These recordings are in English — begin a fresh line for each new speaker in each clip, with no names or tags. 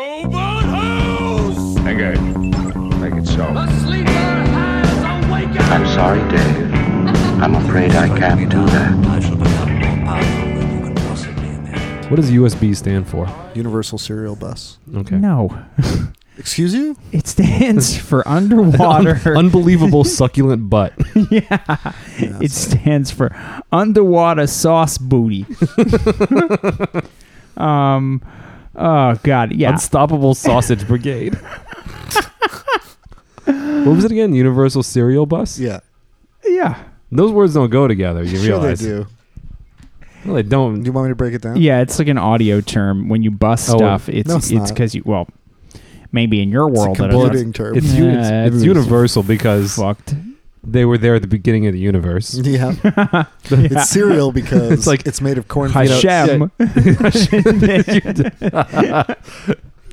Mobile House!
Engage. Make it so.
The sleeper has awakened!
I'm sorry, Dave. I'm afraid I can't do that.
I shall become more powerful than you can possibly imagine.
What does USB stand for?
Universal Serial Bus.
Okay.
No,
Excuse you?
it stands for underwater.
Unbelievable succulent butt.
yeah. it stands for underwater sauce booty. um. Oh God. Yeah.
Unstoppable Sausage Brigade. what was it again? Universal Cereal Bus?
Yeah.
yeah.
Those words don't go together, you
Sure
realize.
they do.
No, they
Do
don't.
you want me to break it down?
Yeah. It's like an audio term when you bust
Oh,
stuff. It's
no, it's
it's
not.
because you well, maybe in your
It's a
world that
computing term.
It's, uni- it's-
Yeah,
it's
it's-
universal because
fucked.
they were there at the beginning of the universe.
yeah. It's cereal because
It's like-
it's, made of corn.
Hide out-
Shem.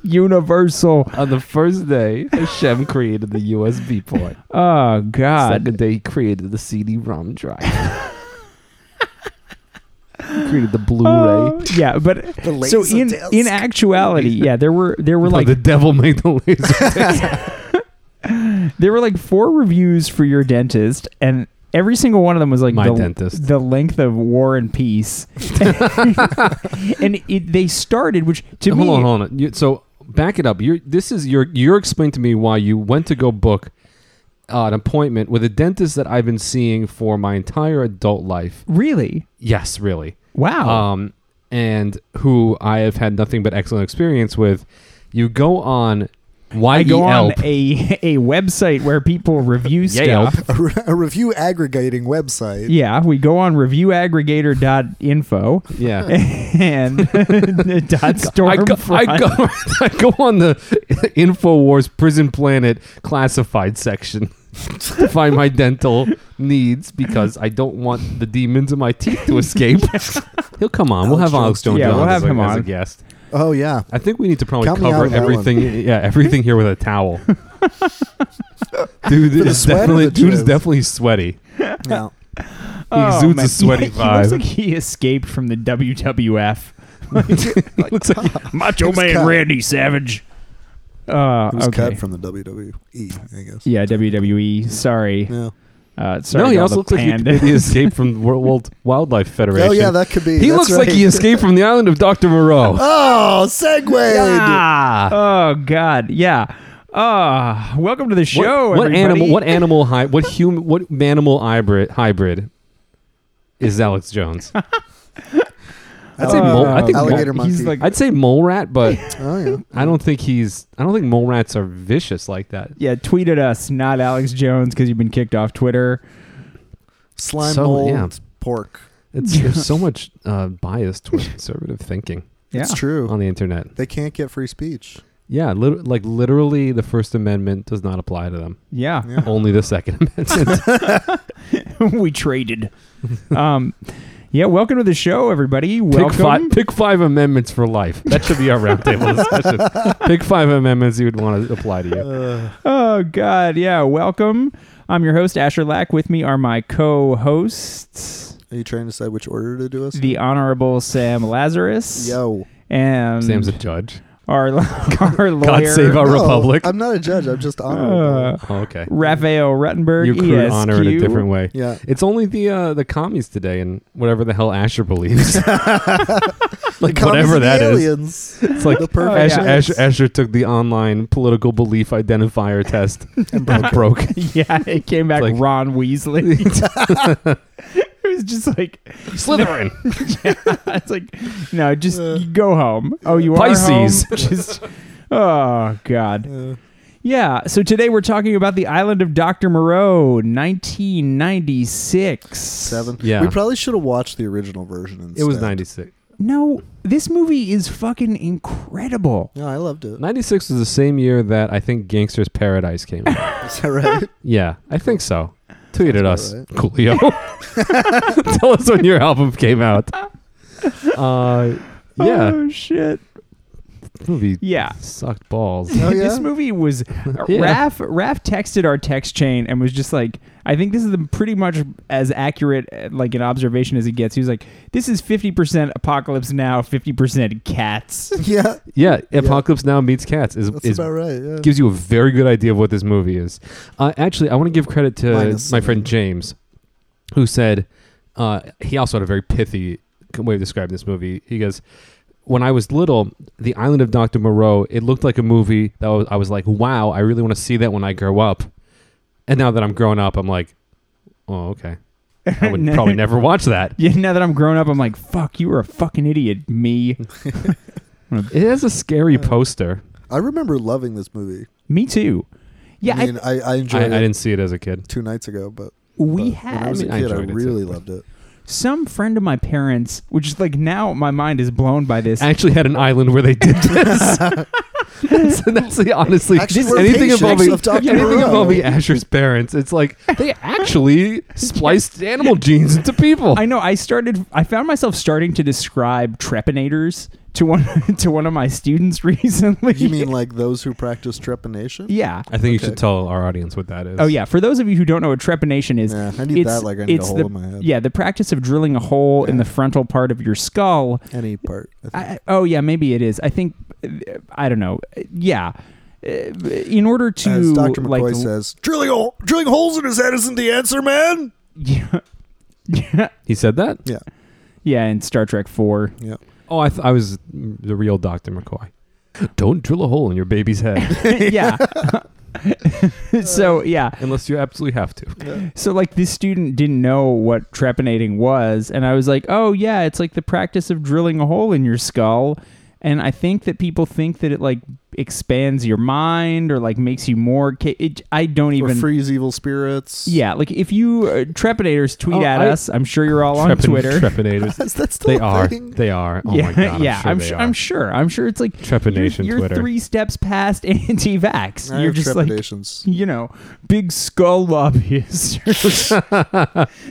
Universal.
On the first day, Hashem created the USB port.
Oh God.
Second day, he created the CD-ROM drive. created the Blu-ray.
Oh, yeah, but
The
so
laser
in
disc.
in actuality, yeah, there were there were like
Oh, the devil made the laser.
there were like four reviews for your dentist, and every single one of them was like
My
the,
dentist.
the length of War and Peace, and it, they started which to
hold
me
on, hold on. You, so back it up. You're, this is your. You're explaining to me why you went to go book uh, an appointment with a dentist that I've been seeing for my entire adult life.
really
Yes, really.
wow
Um, and who I have had nothing but excellent experience with. You go on. E Why
I go on a a website where people review
E
stuff.
A, re- a review aggregating website.
Yeah, we go on reviewaggregator.info
Yeah.
and dot
I go, I,
stormfront.
go, I go on the InfoWars Prison Planet classified section to find my dental needs because I don't want the demons in my teeth to escape. He'll come on. we'll
Alex
have Alex Jones
Jones.
Yeah,
on
we'll
as
have
a-
him
as a
on.
guest.
Oh yeah.
I think we need to probably
Count me out
cover
on that
everything. Yeah, everything here with a towel. Dude,
the
it's
sweat or
definitely,
the
dude's
jizz?
definitely sweaty.
No.
He exudes
man.
a sweaty
He Oh, looks
vibe.
like he escaped from the WWF.
looks like
It
Macho
was Man cut.
Randy Savage. Uh,
It was
okay.
cut from the WWE, I guess.
yeah, WWE. Sorry.
Yeah.
Uh, sorry.
no, he
to all
also
the
looks like he,
pandas.
he escaped from the World Wildlife Federation.
Oh yeah, that could be.
He
That's
looks like
right.
he escaped from the island of Dr. Moreau.
Oh, segue.
ah.
Oh God. Yeah. Uh, welcome to the show.
what, what
everybody.
animal what animal hy- what human what animal hybrid hybrid is Alex Jones? I'd say mole, I think
alligator
mole,
monkey.
Uh, He's like,
I'd say mole rat, but
Oh yeah.
I don't think he's I don't think mole rats are vicious like that.
yeah. Tweet at us, not Alex Jones, because you've been kicked off Twitter.
Slime
So,
mold
yeah.
pork.
It's there's so much uh, bias towards conservative thinking
Yeah.
It's true.
on the internet.
They can't get free speech.
Yeah, lit- like literally the First Amendment does not apply to them.
Yeah.
Yeah.
Only the Second Amendment.
we traded. um. Yeah. Welcome to the show, everybody.
Pick
Welcome.
five, pick five amendments for life. That should be our roundtable discussion. Pick five amendments you would want to apply to you.
Uh,
Oh God, yeah. Welcome. I'm your host Asher Lack. With me are my co-hosts,
Are you trying to decide which order to do us?
the Honorable Sam Lazarus,
Yo.
and
Sam's a judge.
our our lawyer
God save our
No,
republic.
I'm not a judge. I'm just honorable.
uh,
Oh, okay.
Raphael Ruttenberg. E
You accrued
ESQ.
honor in a different way.
yeah.
It's only the uh, the commies today and whatever the hell Asher believes. like whatever that is.
aliens. Oh,
It's like
The perfect
Asher,
yeah.
Asher, Asher took the online political belief identifier test and broke. broke.
Yeah, it came back
Like-
Ron Weasley. it was just like
Slytherin.
it's like no, just
Uh.
you go home. Oh, you
Pisces.
are home? Just oh God.
Uh,
Yeah, so today we're talking about the island of Dr. Moreau, 1996.
seven.
Yeah.
We probably should have watched the original version instead.
It was 96.
No, this movie is fucking incredible.
No, I loved it.
96 was the same year that I think Gangster's Paradise came out.
Is that right?
Yeah, I think so. Tweet at us,
about
Coolio. Tell us when your album came out. Uh, yeah,
Oh, shit.
movie
Yeah.
sucked balls.
Oh,
this
yeah?
movie was uh, Raph. Raph texted our text chain and was just like, "I think this is the, pretty much as accurate uh, like an observation as it gets." He was like, "This is fifty percent apocalypse now, fifty percent cats."
yeah,
Yeah, Apocalypse Now meets Cats is,
that's
is
about right. Yeah.
gives you a very good idea of what this movie is. Uh, actually, I want to give credit to
Minus
my friend James, who said uh, he also had a very pithy way of describing this movie. He goes, "When I was little, The Island of Doctor Moreau, it looked like a movie that was, I was like, wow, I really want to see that when I grow up. And now that I'm grown up, I'm like, oh okay, I would probably never watch that.
Yeah, now that I'm grown up, I'm like, "Fuck, you were a fucking idiot, me."
It has a scary poster.
I remember loving this movie.
Me too. Yeah,
I mean, I, I
I,
enjoyed
I
it
didn't see it as a kid.
two nights ago, but
we
but when I
had
was a
I
kid, I,
enjoyed it too.
really loved it.
some friend of my parents, which is like now my mind is blown by this.
actually had an island where they did this. that's, that's the honestly
Actually,
this-
we're
anything
patients
involving
of Dr.
anything
Moreau.
involving Asher's parents. It's like they actually spliced animal genes into people.
I know. I started. I found myself starting to describe trepanators to one to one of my students recently.
You mean like those who practice trepanation?
Yeah.
I think you should tell our audience what that is.
Oh yeah. For those of you who don't know what trepanation is,
Yeah, I need
it's,
that like I need a
it's
hole
the,
in my head.
Yeah, the practice of drilling a hole in the frontal part of your skull.
Any part. I think.
I, I- oh yeah, maybe it is. I think. I don't know. Yeah. Uh, In order to
As Dr. McCoy
like
says, drilling, hole, drilling holes in his head isn't the answer, man.
yeah, yeah,
he said that.
Yeah.
yeah, in Star Trek Four.
Yeah.
Oh, I, th- I was the real Doctor McCoy. Don't drill a hole in your baby's head
yeah. so yeah,
unless you absolutely have to.
So like this student didn't know what trepanating was, and I was like, "Oh yeah, it's like the practice of drilling a hole in your skull." And I think that people think that it like expands your mind or like makes you more. Ca- it, I don't
Or
even.
freeze evil spirits.
Yeah, like if you uh, trepanators tweet
Oh,
at
I-
us, I'm sure you're all on
Trepin-
Twitter.
Trepanators.
Is that still
they
a
are.
thing?
They are. Oh
yeah,
my god.
yeah,
I'm
I'm
sure.
su-
they
I'm
are.
sure. I'm sure it's like
Trepanation
You're, you're
Twitter.
three steps past anti-vax.
I
you're
have
just like
trepidations.
you know, big skull lobbyist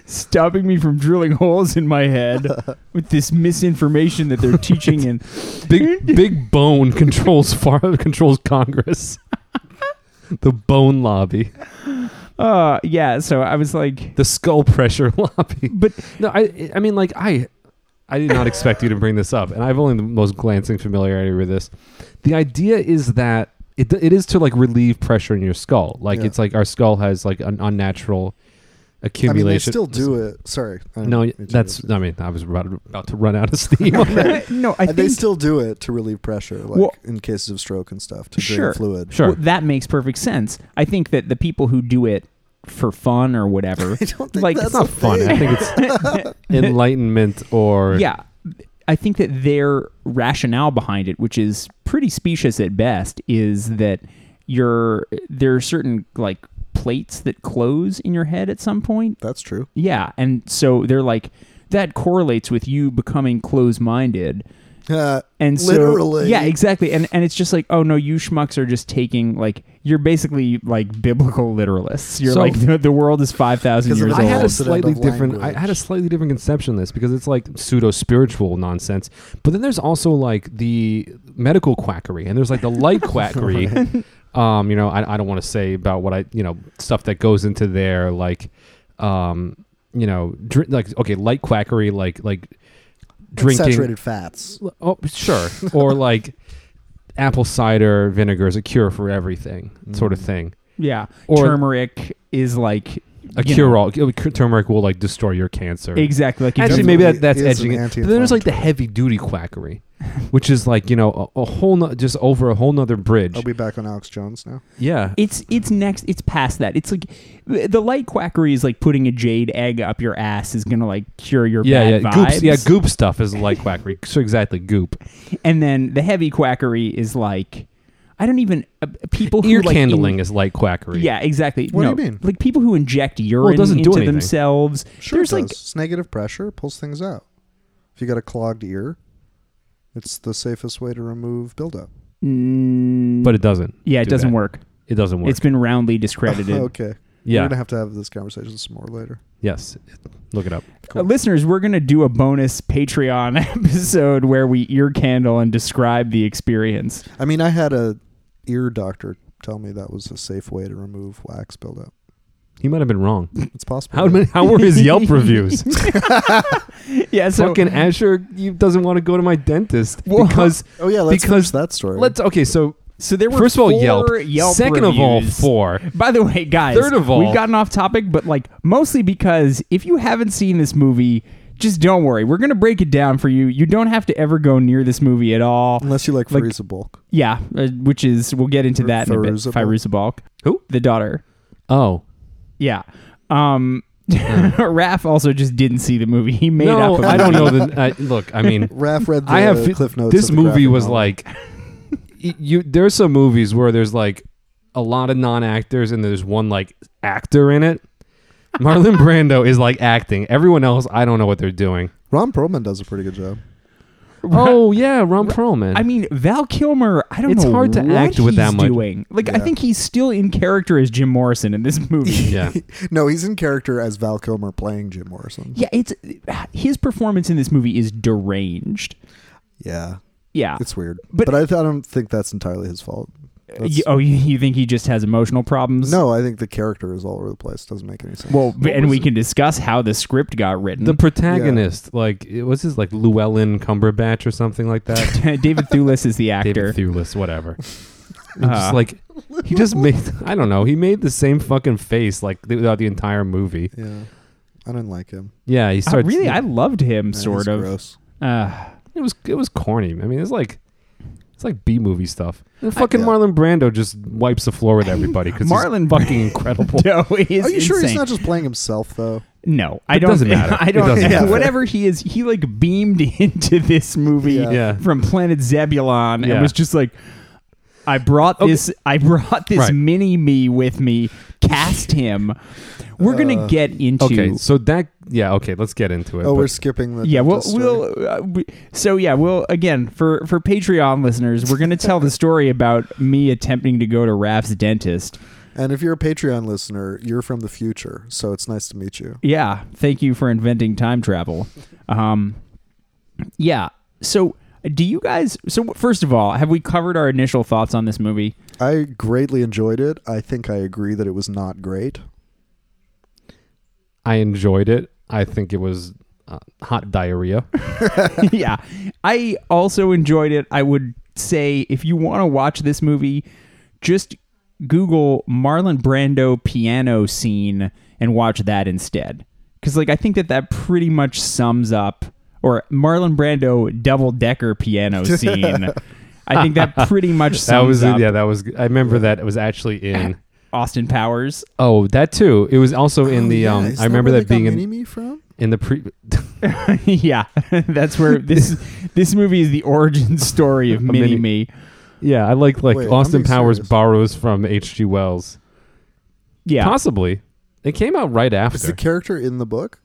stopping me from drilling holes in my head with this misinformation that they're teaching in
Big Big Bone controls far controls Congress. The bone lobby,
uh yeah, so I was like
the skull pressure lobby.
but
No, I I mean like I I did not expect you to bring this up, and I've only the most glancing familiarity with this. The idea is that it it is to like relieve pressure in your skull. Like
Yeah.
it's like our skull has like an unnatural
I mean, they
accumulation.
still do it. Sorry. I don't
No,
mean to
that's.
interrupt.
I mean, I was about, about to run out of steam. on that.
no, I
And they
think
still do it to relieve pressure, like
Well-
in cases of stroke and stuff, to drain
Sure.
fluid.
Sure.
well, that makes perfect sense. I think that the people who do it for fun or whatever
I don't think
Like,
that's
it's
It's not fun.
a thing.
I think it's enlightenment or
yeah i think that their rationale behind it which is pretty specious at best is that your there are certain like plates that close in your head at some point
That's true.
yeah and so they're like that correlates with you becoming closed-minded
Uh,
and so
Literally.
yeah exactly and and it's just like oh no you schmucks are just taking like you're basically like biblical literalists you're
So-
like the, the world is 5000
Because
years
of
I
old
the
had a
Results and
slightly
end of
different. I
language.
had a slightly different conception of this because it's like pseudo spiritual nonsense. But then there's also like the medical quackery, and there's like the light quackery. um, you know, I, I don't want to say about what I you know stuff that goes into there, like, um, you know, dr- like okay, light quackery, like like drinking
saturated fats.
Oh, sure. or like apple cider vinegar is a cure for everything, sort of
Mm.
thing.
yeah
Or-
turmeric is like
A
you
cure
know,
all turmeric will like destroy your cancer.
exactly like you
Actually,
just-
maybe that, that's
is
edging
an
it. But then there's like the heavy duty quackery, which is like you know a, a whole no, just over a whole nother bridge.
I'll be back on Alex Jones now.
yeah,
It's it's next. It's past that. It's like the light quackery is like putting a jade egg up your ass is gonna like cure your
yeah, yeah.
bad vibes.
Goop, yeah, goop stuff is like quackery. so exactly, goop.
And then the heavy quackery is like I don't even uh, people who
Ear
like,
candling
in-
is like quackery.
yeah, exactly.
What do
No,
you mean?
Like people who inject urine
doesn't do
into
anything.
themselves.
Sure,
There's
it does.
like
it's negative pressure pulls things out. If you got a clogged ear, it's the safest way to remove buildup.
mm,
but it doesn't.
yeah, it
do
doesn't
that.
work.
It doesn't work.
Oh,
It's been roundly discredited.
okay,
Yeah.
We're gonna have to have this conversation some more later.
Yes. Look it up.
Uh, listeners, we're going to do a bonus Patreon episode where we ear candle and describe the experience.
I mean, I had a ear doctor tell me that was a safe way to remove wax buildup.
He might have been wrong.
It's possible.
How many? How were his Yelp reviews?
Yeah, so
Fucking Asher you doesn't want to go to my dentist
Well-
because
Oh yeah, let's
Because-
finish that story.
let's. Okay, so
so there were
first of all,
four
Yelp.
Yelp
Second of all,
reviews.
four.
By the way, guys,
Third of all-
we've gotten off topic, but like mostly because if you haven't seen this movie, just don't worry. We're gonna break it down for you. You don't have to ever go near this movie at all.
unless you like,
Like-
freeze a bulk.
yeah, uh, which is we'll get into that in a bit.
Fairuza Balk.
Fairuza Balk,
Who?
the daughter.
Oh,
Yeah. Um, Raph also just didn't see the movie. He made
Mm. no,
up. a
I don't
movie.
know. The I, look, I mean,
Raph read the
I have
uh,
fe-
cliff notes.
This
of the
movie
graphic
was
novel.
like y- you. There's some movies where there's like a lot of non-actors and there's one like actor in it. Marlon Brando is like acting. Everyone else, I don't know what they're doing.
Ron Perlman does a pretty good job.
Oh yeah, Ron Perlman.
I mean, Val Kilmer. I don't
It's
know.
hard to
what
act with
he's
that much-
Doing like, I
Yeah.
think he's still in character as Jim Morrison in this movie.
yeah.
No, he's in character as Val Kilmer playing Jim Morrison.
Yeah, it's his performance in this movie is deranged.
Yeah,
Yeah.
it's weird,
But-
but, I, th- I don't think that's entirely his fault. That's-
You- oh, you, you think he just has emotional problems?
no, I think the character is all over the place. Doesn't make any sense.
Well, and we can discuss how the script got written.
The protagonist, like, it was his like Llewellyn Cumberbatch or something like that.
David Thewlis is the actor.
David Thewlis, whatever. And
Uh,
Uh-huh.
just like he just made, I don't know, he made the same fucking face like throughout the entire movie.
yeah, I didn't like him.
Yeah, he
Uh,
starts.
really, I loved him,
Yeah,
sort
he's
of.
Gross.
Uh,
It was it was corny. I mean, it's like it's like B movie stuff. And fucking
yeah.
Marlon Brando just wipes the floor with everybody because
Marlon
he's fucking incredible.
no, he's
Are you sure he's
insane.
not just playing himself though?
No, I
It
don't.
doesn't matter.
I
It
don't.
doesn't matter.
Whatever he is, he like beamed into this movie
Yeah.
Yeah.
from Planet Zebulon and
Yeah.
was just like, "I brought
Okay.
this. I brought this
Right.
mini me with me. Cast him. We're
Uh,
gonna get into.
Okay, so that yeah, okay, let's get into it.
Oh,
but-
we're skipping the
yeah, we'll,
dentist story.
we'll uh, we, so yeah, we'll again for for Patreon listeners, we're gonna tell the story about me attempting to go to Raph's dentist.
And if you're a Patreon listener, you're from the future, so it's nice to meet you.
Yeah, thank you for inventing time travel. Um, yeah. So, do you guys? So, first of all, have we covered our initial thoughts on this movie?
I greatly enjoyed it. I think I agree that it was not great.
I enjoyed it. I think it was uh, hot diarrhea.
yeah, I also enjoyed it. I would say if you want to watch this movie, just Google Marlon Brando piano scene and watch that instead. Because like I think that that pretty much sums up or Marlon Brando double decker piano scene. I think that pretty much sums
That was
up.
yeah, that was. I remember that it was actually in.
Austin Powers.
Oh, that too. It was also in the.
Oh, Yeah,
um,
is
I remember
where
that
they got
being in,
Mini-Me from.
in the pre.
yeah, that's where this this movie is the origin story of
mini-
Mini Me.
yeah, I like like
Wait, I'm
Austin
being
Powers
serious.
borrows from H.G. Wells.
Yeah.
Possibly, it came out right
Is
after.
the character in the book?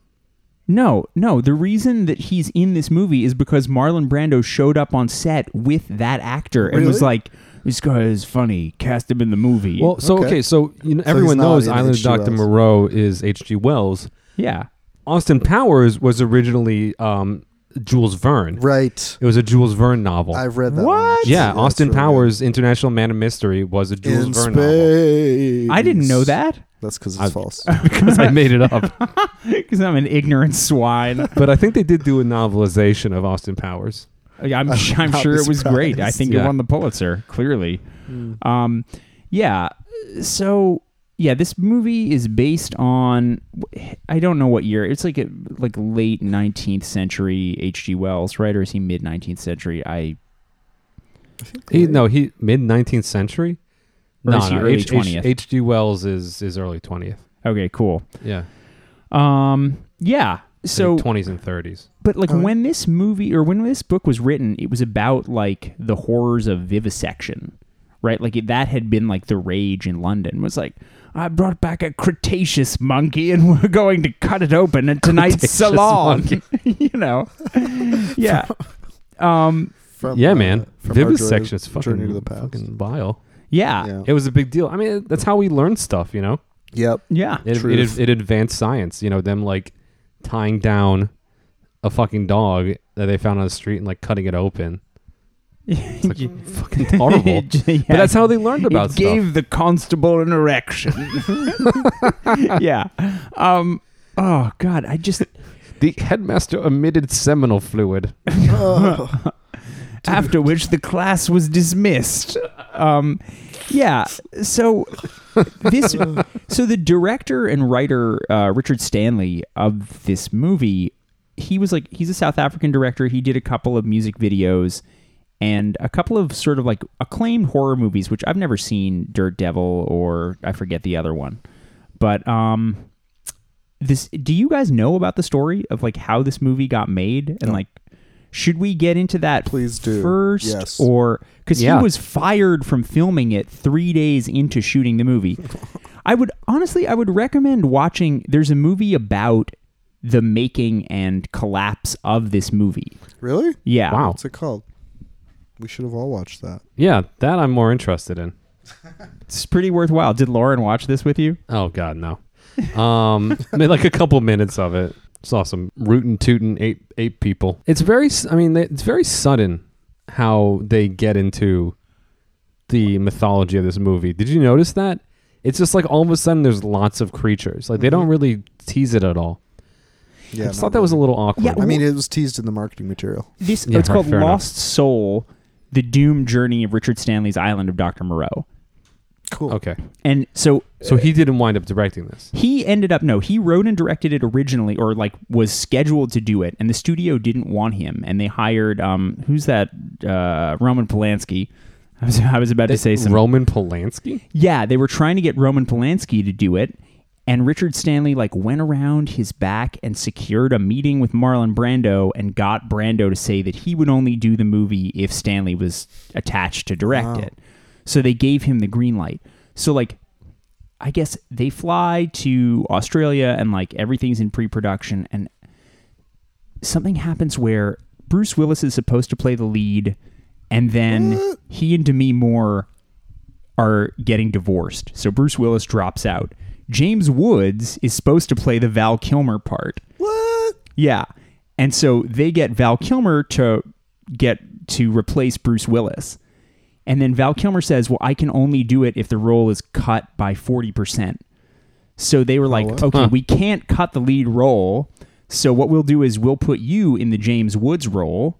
no, no. The reason that he's in this movie is because Marlon Brando showed up on set with that actor and was
Really?
like, "This guy is funny. Cast him in the movie."
well, so okay,
Okay.
so you know, everyone
not
knows
in
Island of
H.G.
Doctor
Wells.
Moreau is H.G. Wells.
yeah,
Austin Powers was originally um, Jules Verne.
Right.
It was a Jules Verne novel.
I've read that.
What?
One.
yeah,
it's
Austin
really
Powers, International Man of Mystery, was a
good.
Jules
in
Verne novel
space.
I didn't know that
That's because it's
I-
false.
because I made it up.
because I'm an ignorant swine.
but I think they did do a novelization of Austin Powers.
I'm, I'm
not
sure it was great. I
surprised.
think it
Yeah.
won the Pulitzer, clearly. Um, yeah. So yeah, this movie is based on I don't know what year. It's like a, like late 19th century H.G. Wells, right? Or is he mid 19th century? I
He, no, he mid nineteenth century.
Or
no,
is he
no,
early
H- H-
20th?
H.G. Wells is is early twentieth.
okay, cool.
Yeah,
Um, yeah. So
twenties and thirties.
But like
Okay.
when this movie or when this book was written, it was about like the horrors of vivisection, right? Like it, that had been like the rage in London. Was like, I brought back a Cretaceous monkey and we're going to cut it open at tonight's
Cretaceous
salon.
monkey.
you know, yeah. Um,
From,
Yeah,
uh,
man.
from our
Vivisection
journey-
is fucking
Journey to the past.
fucking vile.
yeah,
Yeah.
It was a big deal. I mean, that's how we learned stuff. You know,
Yep.
Yeah.
It,
Truth.
it, it advanced science. You know, them like tying down a fucking dog that they found on the street and like cutting it open. It's like fucking horrible.
Yeah.
But that's how they learned
It
about stuff.
gave the constable an erection. yeah. Um. Oh God, I just
The headmaster emitted seminal fluid.
Oh,
after which the class was dismissed. Um, yeah. So this, so the director and writer uh, Richard Stanley of this movie, he was like he's a South African director. He did a couple of music videos and a couple of sort of like acclaimed horror movies, which I've never seen. Dirt Devil or I forget the other one, but um. This do you guys know about the story of like how this movie got made and like should we get into that
Please do.
first
Yes.
or because
Yeah.
he was fired from filming it three days into shooting the movie. I would honestly, I would recommend watching. There's a movie about the making and collapse of this movie.
Really?
Yeah.
Wow.
What's it called? We should have all watched that.
Yeah, that I'm more interested in.
It's pretty worthwhile. Did Lauren watch this with you?
Oh God, no. Um, I mean, like a couple minutes of it. Saw some rootin' tootin' ape ape people. It's very. s- I mean, it's very sudden how they get into the mythology of this movie. Did you notice that? It's just like all of a sudden there's lots of creatures. Like they don't really tease it at all.
Yeah.
I just thought that was a little awkward.
Yeah,
I mean, it was teased in the marketing material.
This
Yeah,
it's called
fair enough.
Lost Soul: The Doom Journey of Richard Stanley's Island of Dr. Moreau.
Cool.
okay.
And so
So he didn't wind up directing this.
he ended up no he wrote and directed it originally or like was scheduled to do it and the studio didn't want him and they hired um who's that uh roman polanski i was, I was about to say some
Roman Polanski.
yeah they were trying to get roman polanski to do it and richard stanley like went around his back and secured a meeting with marlon brando and got brando to say that he would only do the movie if stanley was attached to direct it so they gave him the green light so like I guess they fly to Australia and like everything's in pre-production and something happens where Bruce Willis is supposed to play the lead and then he and Demi Moore are getting divorced. So Bruce Willis drops out. James Woods is supposed to play the Val Kilmer part.
What?
Yeah. And so they get Val Kilmer to get to replace Bruce Willis. And then Val Kilmer says, "Well, I can only do it if the role is cut by 40%." So they were
Oh,
like, "Okay, we can't cut the lead role. So what we'll do is we'll put you in the James Woods role."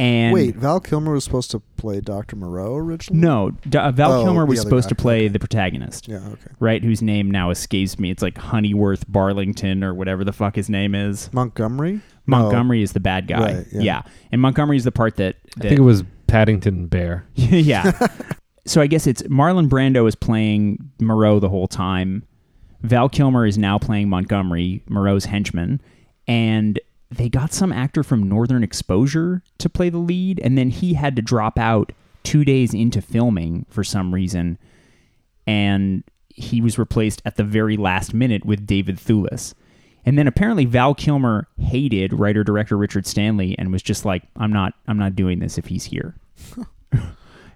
And
Wait, Val Kilmer was supposed to play Dr. Moreau originally?
no, D- uh, Val
Oh,
Kilmer was
the other
supposed
guy.
to play the protagonist.
Yeah, okay.
Right, whose name now escapes me. It's like Honeyworth Barlington or whatever the fuck his name is.
Montgomery? No.
Montgomery is the bad guy.
Oh. Right,
yeah.
yeah.
And Montgomery is the part that, that
I think it was Paddington Bear.
yeah. so I guess it's Marlon Brando is playing Moreau the whole time. Val Kilmer is now playing Montgomery, Moreau's henchman, and they got some actor from Northern Exposure to play the lead, and then he had to drop out two days into filming for some reason, and he was replaced at the very last minute with David Thewlis. And then apparently Val Kilmer hated writer director Richard Stanley and was just like, I'm not I'm not doing this if he's here.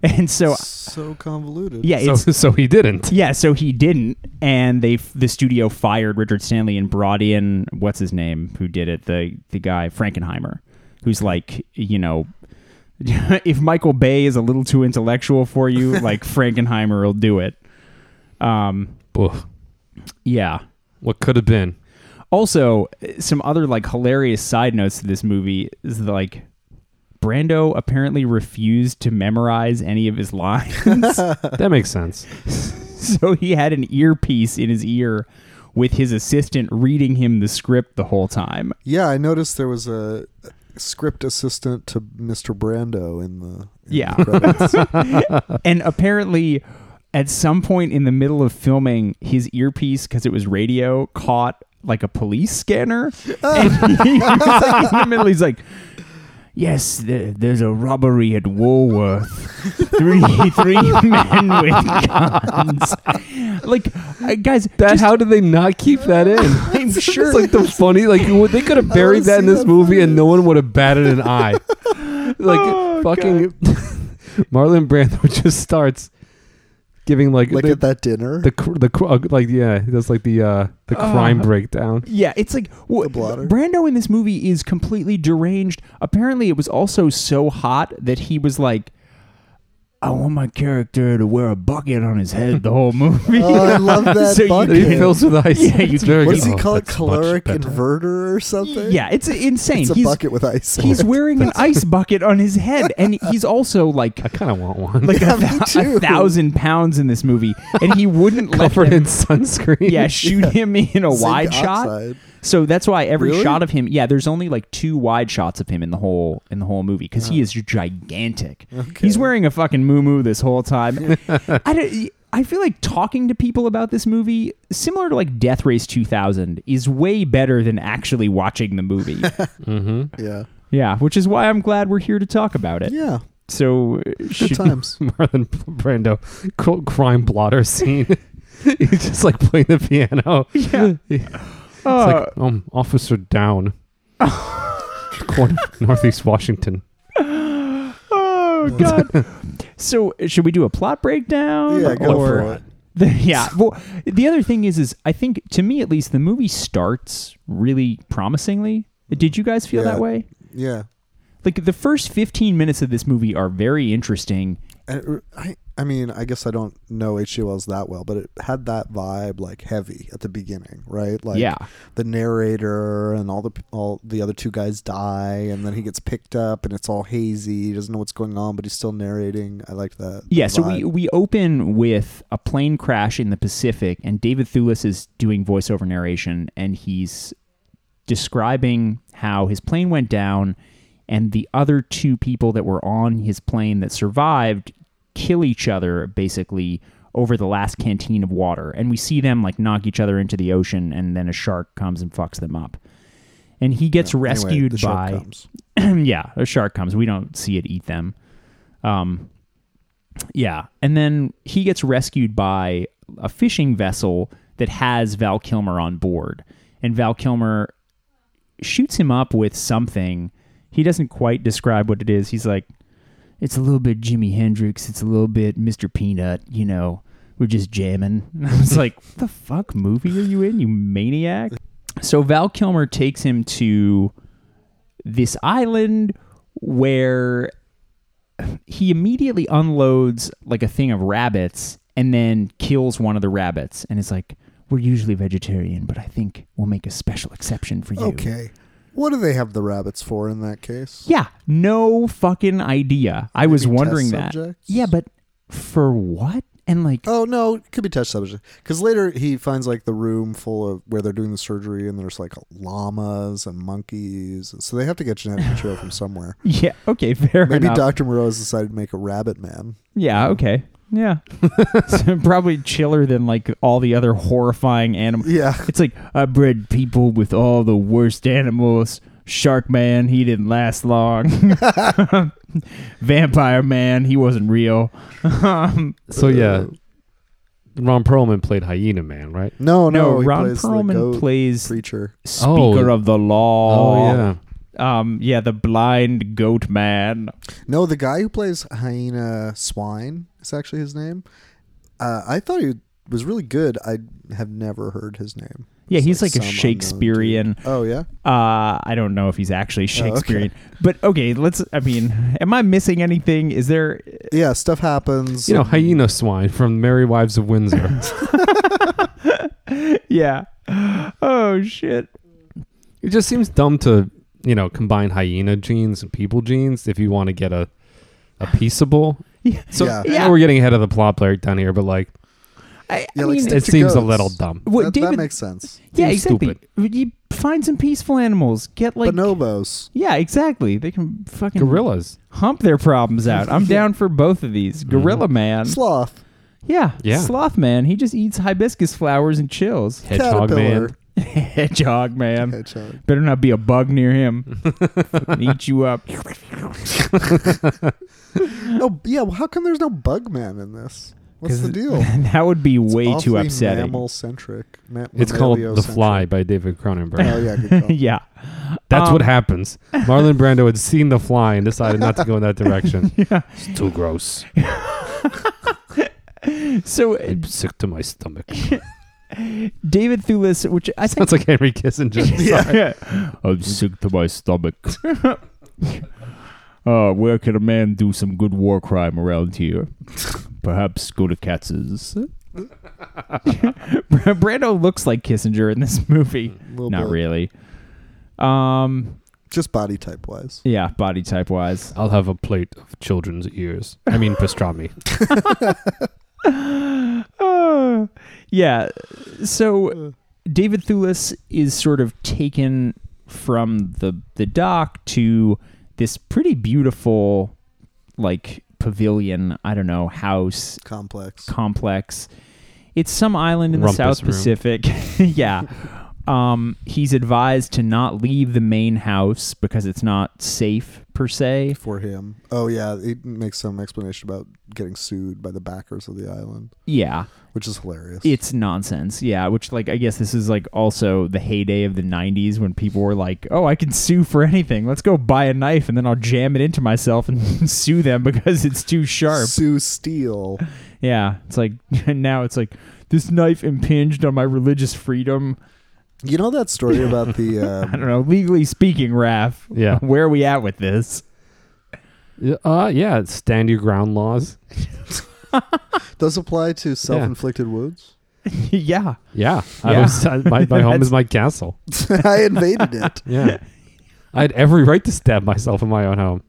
and so
So convoluted.
yeah,
So,
it's
so he didn't.
yeah, so he didn't, and they the studio fired Richard Stanley and brought in what's his name who did it the the guy Frankenheimer, who's like you know, if Michael Bay is a little too intellectual for you, like Frankenheimer will do it. Um,
Ugh.
yeah.
What could have been?
Also, some other like hilarious side notes to this movie is that, like Brando apparently refused to memorize any of his lines.
That makes sense.
So he had an earpiece in his ear with his assistant reading him the script the whole time.
Yeah, I noticed there was a script assistant to Mr. Brando in the in
Yeah.
the credits.
And apparently, at some point in the middle of filming, his earpiece, because it was radio, caught like a police scanner. And he was like, in the middle, he's like, Yes, there, there's a robbery at Woolworth. Three three men with guns. Like, uh, guys,
That
just-
how did they not keep that in? I'm
sure.
It's like the funny, like you would- they could have buried that in this movie and no one would have batted an eye.
Oh,
like fucking Marlon Brando just starts giving like
Like
the,
at that dinner,
the cr- the cr- uh, like yeah, that's like the uh the
Oh.
crime breakdown.
Yeah, it's like w-
blotter.
Brando in this movie is completely deranged. Apparently, it was also so hot that he was like, "I want my character to wear a bucket on his head the whole movie."
Oh, I love that
so you
bucket.
He
can-
fills with ice.
Yeah, you
It's
can-
very
what
good.
does he
Oh,
call it?
that's much
Caloric
better.
inverter or something?
yeah, it's insane.
it's a
he's,
bucket with ice. in
He's
it.
wearing an ice bucket on his head, and he's also like
I kind of want one.
like
Yeah,
a,
me
thou- a
too.
thousand pounds in this movie, and he wouldn't let
covered in
them,
sunscreen.
yeah shoot him in a
Zinc
wide shot.
oxide.
So that's why every
Really?
shot of him, yeah, there's only like two wide shots of him in the whole in the whole movie because
Uh-huh.
he is gigantic. He's wearing a fucking moo this whole time. I don't- I feel like talking to people about this movie, similar to like Death Race 2000, is way better than actually watching the movie.
Yeah.
yeah, which is why I'm glad we're here to talk about it.
Yeah.
So uh,
Good
should,
times.
Marlon Brando cr- crime blotter scene. He's just like playing the piano.
Yeah.
It's
uh,
like um officer down. Corner, Northeast Washington.
oh god. so should we do a plot breakdown?
Yeah, go
or,
for it.
The, yeah. Well, the other thing is, is I think to me at least the movie starts really promisingly. Did you guys feel
Yeah.
that way?
Yeah.
Like the first fifteen minutes of this movie are very interesting.
I, I, I mean, I guess I don't know HULs that well, but it had that vibe like heavy at the beginning, right? Like
Yeah.
the narrator and all the p- all the other two guys die, and then he gets picked up, and it's all hazy. He doesn't know what's going on, but he's still narrating. I like that.
Yeah. So we
vibe.
we open with a plane crash in the Pacific, and David Thewlis is doing voiceover narration, and he's describing how his plane went down and the other two people that were on his plane that survived kill each other basically over the last canteen of water and we see them like knock each other into the ocean and then a shark comes and fucks them up and he gets
Anyway,
rescued
the shark
by
comes.
yeah a shark comes we don't see it eat them um yeah and then he gets rescued by a fishing vessel that has val kilmer on board and val kilmer shoots him up with something. He doesn't quite describe what it is. He's like, it's a little bit Jimi Hendrix. It's a little bit Mr. Peanut. You know, we're just jamming. And I was like, what the fuck movie are you in, you maniac? So Val Kilmer takes him to this island where he immediately unloads like a thing of rabbits and then kills one of the rabbits and is like, we're usually vegetarian, but I think we'll make a special exception for you.
Okay. What do they have the rabbits for in that case?
Yeah, no fucking idea. I was
Maybe test
wondering that.
subjects?
Yeah, but for what? And like,
Oh no, it could be test subject. Because later he finds like the room full of where they're doing the surgery, and there's like llamas and monkeys, so they have to get genetic material from somewhere.
yeah, okay, fair
Maybe
enough.
Doctor Moreau has decided to make a rabbit man.
yeah, okay, yeah. So probably chiller than like all the other horrifying animals.
Yeah.
It's like I bred people with all the worst animals. Shark Man, he didn't last long. Vampire Man, he wasn't real. Um,
Oh,
So
Uh,
yeah, Ron Perlman played Hyena Man, right?
No, no.
no,
he
Ron
plays the
Perlman
goat
plays
preacher.
Speaker
Oh.
of the Law.
yeah.
Um, yeah, the blind goat man.
No, the guy who plays hyena swine is actually his name. Uh, I thought he was really good. I have never heard his name.
Yeah,
It's
he's like,
some
a
unknown
Shakespearean.
dude. Oh yeah.
Uh, I don't know if he's actually
okay.
Shakespearean, but okay. Let's. I mean, am I missing anything? Is there?
Yeah, stuff happens.
You know, hyena swine from Merry Wives of Windsor.
Yeah. Oh shit.
it just seems dumb to, you know, combine hyena genes and people genes if you want to get a a peaceable.
Yeah.
So
Yeah.
I know
Yeah.
we're getting ahead of the plot player down here, but like
I,
Yeah,
I
like
mean,
Stick
it
to
seems a
goats. Mm-hmm.
little dumb.
what
that, that
David?
makes sense.
yeah,
seems
exactly. You find some peaceful animals. Get like.
Bonobos.
Yeah, exactly. They can fucking
Gorillas.
hump their problems out. I'm down for both of
Mm-hmm.
these. Gorilla man.
Sloth.
yeah.
Yeah.
Sloth man. He just eats hibiscus flowers and chills.
Hedgehog man.
Caterpillar.
Hedgehog man.
Hedgehog.
Better not be a bug near him. Fucking eat you up.
No, yeah. Well, how come there's no bug man in this? What's the deal?
that would be way too upsetting.
Mammal centric.
It's called The Fly by David Cronenberg.
Oh yeah, good call.
yeah.
That's what
Um,
happens. Marlon Brando had seen The Fly and decided not to go in that direction. It's too gross.
So uh,
I'm sick to my stomach.
David Thewlis, which I think
That's like Henry Kissinger.
yeah. I'm sick to my stomach. uh, where can a man do some good war crime around here? Perhaps go to Katz's. Brando looks like Kissinger in this movie.
Little
Not
bit.
really. Um,
Just body type wise.
yeah, body type wise.
I'll have a plate of children's ears. I mean pastrami.
Uh, yeah. So David Thewlis is sort of taken from the the dock to this pretty beautiful like pavilion, I don't know, house
Complex.
complex. It's some island in the
Rumpus
South
room.
Pacific. yeah. Um, he's advised to not leave the main house because it's not safe per se.
for him. Oh yeah, he makes some explanation about getting sued by the backers of the island,
Yeah.
which is hilarious.
It's nonsense. Yeah, which like I guess this is like also the heyday of the 90s when people were like, "Oh, I can sue for anything. Let's go buy a knife and then I'll jam it into myself and sue them because it's too sharp."
Sue Steele.
Yeah, it's like now it's like this knife impinged on my religious freedom.
You know that story about the
I
um,
don't know, legally speaking, Raph.
Yeah.
Where are we at with this?
Yeah, Uh, yeah, it's stand your ground laws.
does apply to self-inflicted wounds?
yeah.
Yeah, I
Yeah.
was, I, my, my home is my castle.
I invaded it.
Yeah, I had every right to stab myself in my own home.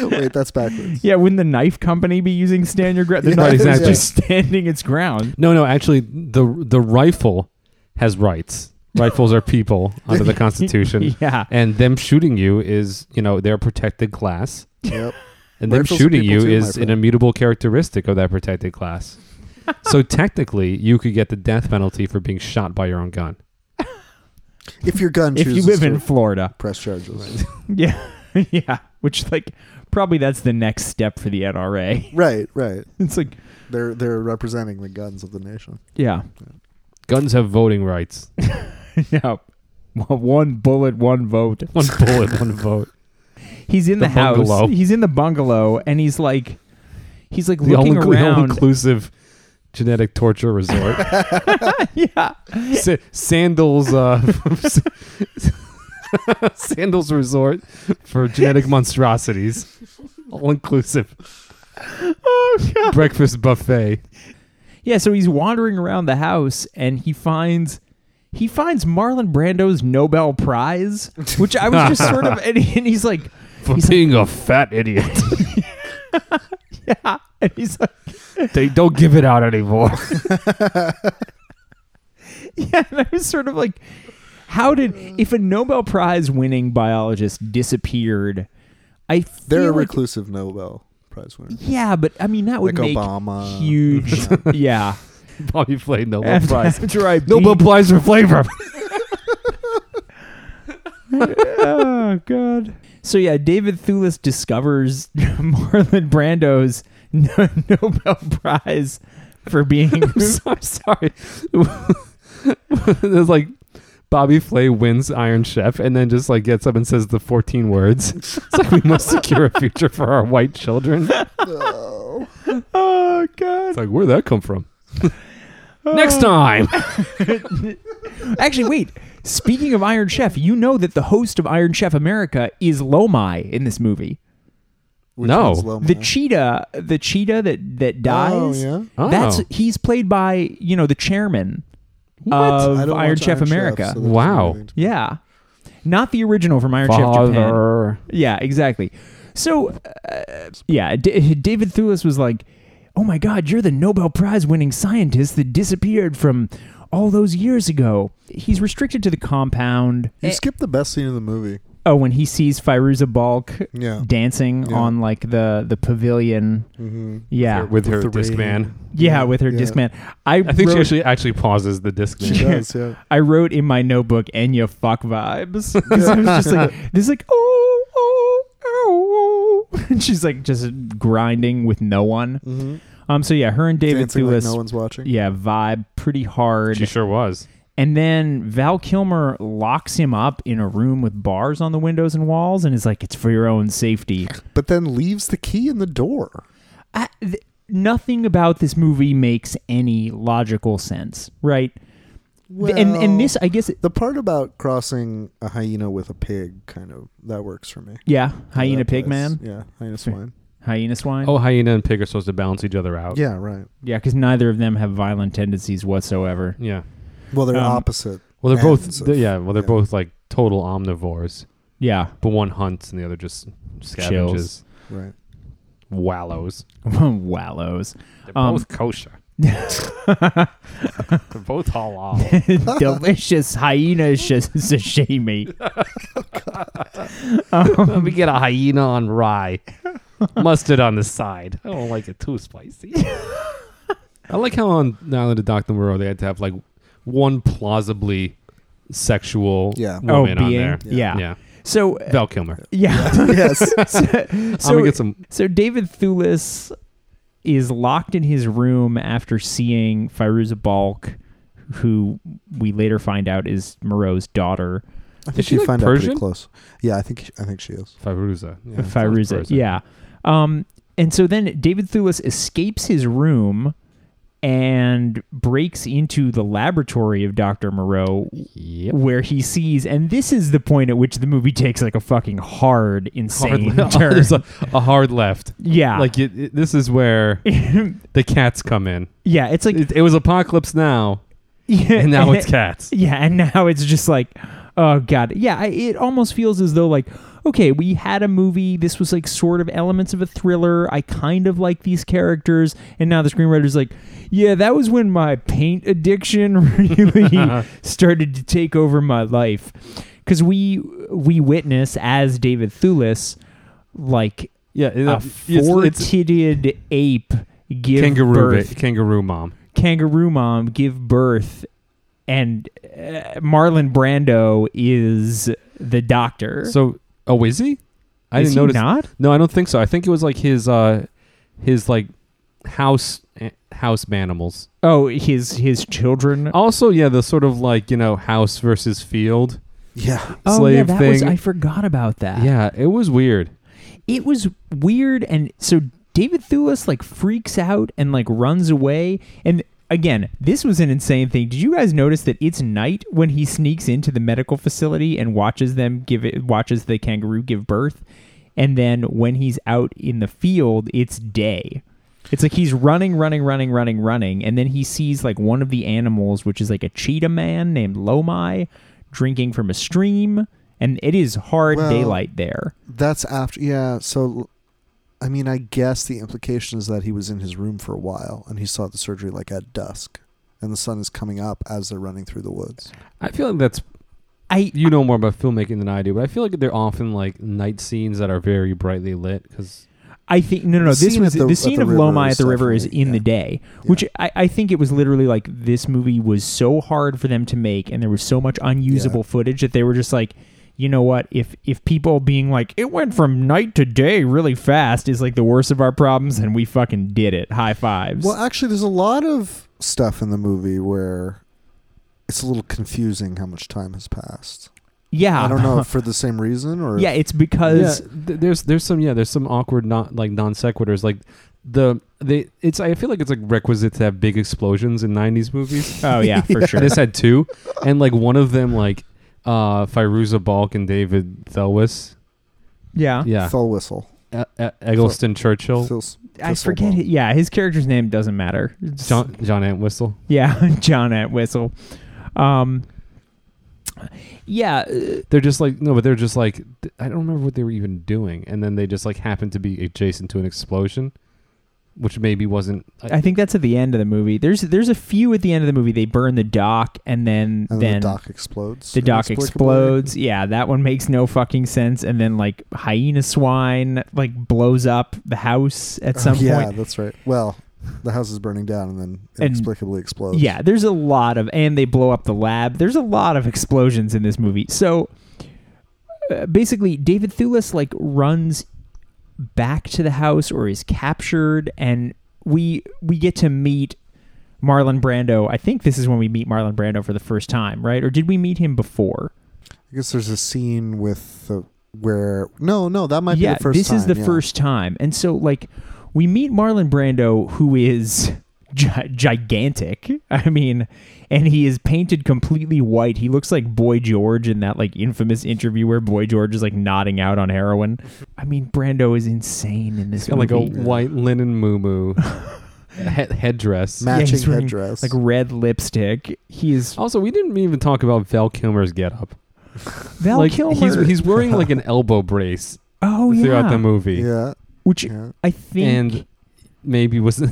Wait, that's backwards.
Yeah, wouldn't the knife company be using stand your ground? The
Yeah,
knife
exactly.
is just standing its ground.
No, no, actually, the the rifle has rights. Rifles are people under the Constitution,
Yeah.
and them shooting you is, you know, they're a protected class,
Yep.
and them
Rifles are
shooting
people
you
too, my
is an
friend.
immutable characteristic of that protected class. so technically, you could get the death penalty for being shot by your own gun.
If your gun
If
chooses
you live in
to
Florida.
press charges,
Yeah. yeah. Which like probably that's the next step for the NRA.
right, right.
It's like
They're they're representing the guns of the nation.
yeah.
Guns have voting rights.
Yeah. One bullet, one vote.
One bullet, one vote.
He's in the,
The
house.
bungalow.
He's in the bungalow and he's like he's like
The all
looking around.
inclusive genetic torture resort.
yeah.
Sa- sandals uh sandals resort for genetic monstrosities all inclusive
Oh god.
breakfast buffet
Yeah, so he's wandering around the house and he finds he finds Marlon Brando's Nobel Prize, which I was just sort of and, he- and he's like
for
He's
being a fat idiot
yeah, and he's like
they don't give it out anymore
yeah, and I was sort of like how did if a Nobel Prize winning biologist disappeared, I feel
They're a
like-
reclusive Nobel Prize winner.
yeah, but I mean that would
Like
make
Obama.
huge yeah.
bobby flay nobel
After-
prize
after I
nobel
beat-
prize for flavor
oh god. So yeah, David Thewlis discovers Marlon Brando's no- Nobel Prize for being
i'm sorry it's like bobby flay wins iron chef and then just like gets up and says the 14 words it's like we must secure a future for our white children
Oh god.
it's like where'd that come from next time
Actually, wait. Speaking of Iron Chef, you know that the host of Iron Chef America is Lomai in this movie.
Which
No.
one's Loma?
Oh, The cheetah, the cheetah that that dies.
yeah?
Oh.
That's he's played by, you know, the chairman
I
of
don't
Iron
watch
Chef America.
so that doesn't
Wow.
mean anything to me.
yeah. Not the original from Iron Chef Japan.
Father.
Yeah, exactly. So, uh, yeah, D- David Thewlis was like, "Oh my God, you're the Nobel Prize winning scientist that disappeared from all those years ago." He's restricted to the compound. Eh.
You skipped the best scene of the movie.
Oh, when he sees Firuza Balk
Yeah.
dancing
Yeah.
on like the the pavilion.
Mhm.
Yeah,
with her
With the
disc
ring.
man.
yeah, with her
Yeah.
discman. I,
I think
wrote,
she actually actually pauses the disc
She
man.
does, yeah.
I wrote in my notebook Enya fuck vibes. 'Cause I was just like this is like oh oh oh and she's like just grinding with no one. Um so yeah, her and David
Mm-hmm. Dancing like
Thewlis
no one's watching.
yeah, vibe pretty hard.
she sure was.
and then Val Kilmer locks him up in a room with bars on the windows and walls and is like it's for your own safety.
But then leaves the key in the door.
I, th- nothing about this movie makes any logical sense, right? and and this, I guess, it,
The part about crossing a hyena with a pig kind of that works for me.
yeah, hyena
That
pig
place.
man,
Yeah, hyena swine.
hyena swine.
Oh, hyena and pig are supposed to balance each other out.
Yeah, right.
yeah, because neither of them have violent tendencies whatsoever.
Yeah.
Well, they're
Um,
opposite.
Well, they're
ends
both.
of-
they- yeah. Well, they're
yeah.
both like total omnivores,
Yeah,
but one hunts and the other just scavenges,
Right.
wallows.
wallows.
They're
Um,
both kosher. they're both halal.
Delicious hyena sh- sashimi.
Let me get a hyena on rye, mustard on the side. I don't like it too spicy. I like how on the Island of Doctor Moreau they had to have like one plausibly sexual
Yeah.
Oh,
woman on
being?
there.
Yeah.
yeah.
So, uh,
Val Kilmer.
yeah.
Yes.
so,
I'm gonna get some.
So David Thewlis is locked in his room after seeing Firuza Balk, who we later find out is Moreau's daughter.
I think
she,
you
like,
find out
Persian?
pretty close. Yeah, I think I think she is.
Firuza. Yeah, sounds
Firuza,
Persian.
yeah. Um, and so then David Thewlis escapes his room and breaks into the laboratory of Dr. Moreau
Yep.
where he sees and this is the point at which the movie takes like a fucking hard insane
Hard
turn.
There's a, a hard left.
yeah.
Like it, it- this is where the cats come in.
yeah, it's like
It, it was apocalypse now,
yeah,
and now it's cats.
Yeah, and now it's just like, oh god, yeah. I, it almost feels as though like, okay, we had a movie. This was like sort of elements of a thriller. I kind of like these characters, and now the screenwriter's like, yeah, that was when my paint addiction really started to take over my life, because we we witness as David Thewlis, like
Yeah, it,
a four-titted ape give
kangaroo,
birth
ba- kangaroo mom.
kangaroo mom give birth and uh, Marlon Brando is the doctor.
So, oh, is he? I
Is
didn't
he
notice.
not?
No, I don't think so. I think it was like his, uh his like house eh, house animals.
Oh, his his children.
Also, yeah, the sort of like you know house versus field
Yeah.
slave
yeah, that
thing.
was I forgot about that.
yeah, it was weird.
It was weird and so David Thewlis like freaks out and like runs away and again, this was an insane thing. Did you guys notice that it's night when he sneaks into the medical facility and watches them give it watches the kangaroo give birth? And then when he's out in the field, it's day. It's like he's running, running, running, running, running, and then he sees like one of the animals, which is like a cheetah man named Lomai, drinking from a stream, and it is hard
Well,
daylight there.
That's after. Yeah. So, I mean, I guess the implication is that he was in his room for a while and he saw the surgery like at dusk, and the sun is coming up as they're running through the woods.
I feel like that's
I
you know more about filmmaking than I do, but I feel like they're often like night scenes that are very brightly lit because
I think no, no, no.
The
This
scene
was
at the-
the
at
scene
the
of
river
Lomai
is
at the river is
definitely-
in the
yeah.
day, which I, I think it was literally like this movie was so hard for them to make, and there was so much unusable footage that they were just like, you know what? If if people being like it went from night to day really fast is like the worst of our problems, and we fucking did it. High fives.
Well, actually, there's a lot of stuff in the movie where it's a little confusing how much time has passed.
yeah,
I don't know if for the same reason or
Ah. yeah, it's
yeah,
because
Uh, th- there's there's some yeah there's some awkward not like non sequiturs like the they it's I feel like it's like requisite to have big explosions in '90s movies.
oh yeah, for sure.
this had two, and like one of them like uh Firuza Balk and David Thelwis,
Yeah,
yeah,
Fell whistle.
E- E- Eggleston Churchill,
Phil-
I
Thistle
forget.
Ball.
It. Yeah, his character's name doesn't matter. It's-
John John Entwistle.
Yeah, John Entwistle. Um, yeah, uh,
They're just like no, but they're just like th- I don't remember what they were even doing, and then they just like happened to be adjacent to an explosion, which maybe wasn't.
I think that's at the end of the movie. There's there's a few at the end of the movie. They burn the dock, and then
And
then
Oh, the dock explodes.
the dock
inexplicably.
explodes. Yeah, that one makes no fucking sense. And then like hyena swine like blows up the house at some
yeah,
point.
that's right. Well, the house is burning down and then
And-
inexplicably explodes.
Yeah, there's a lot of, and they blow up the lab. There's a lot of explosions in this movie. So uh, basically, David Thewlis like runs back to the house or is captured, and we we get to meet Marlon Brando. I think this is when we meet Marlon Brando for the first time, right? Or did we meet him before?
I guess there's a scene with the where no, no, that might
yeah,
be the first
this is
time,
the
yeah.
first time, and so like we meet Marlon Brando, who is gi- gigantic. I mean, and he is painted completely white. He looks like Boy George in that like infamous interview where Boy George is like nodding out on heroin. I mean, Brando is insane in this
Got like a
movie.
white linen muumuu, head, headdress.
Ma-
Yeah, he's
matching
wearing,
headdress.
like red lipstick. He is
Also, we didn't even talk about Val Kilmer's getup.
Val
like
Kilmer.
he's he's wearing like an elbow brace
oh yeah,
throughout the movie,
Yeah.
which
Yeah.
I think
and maybe was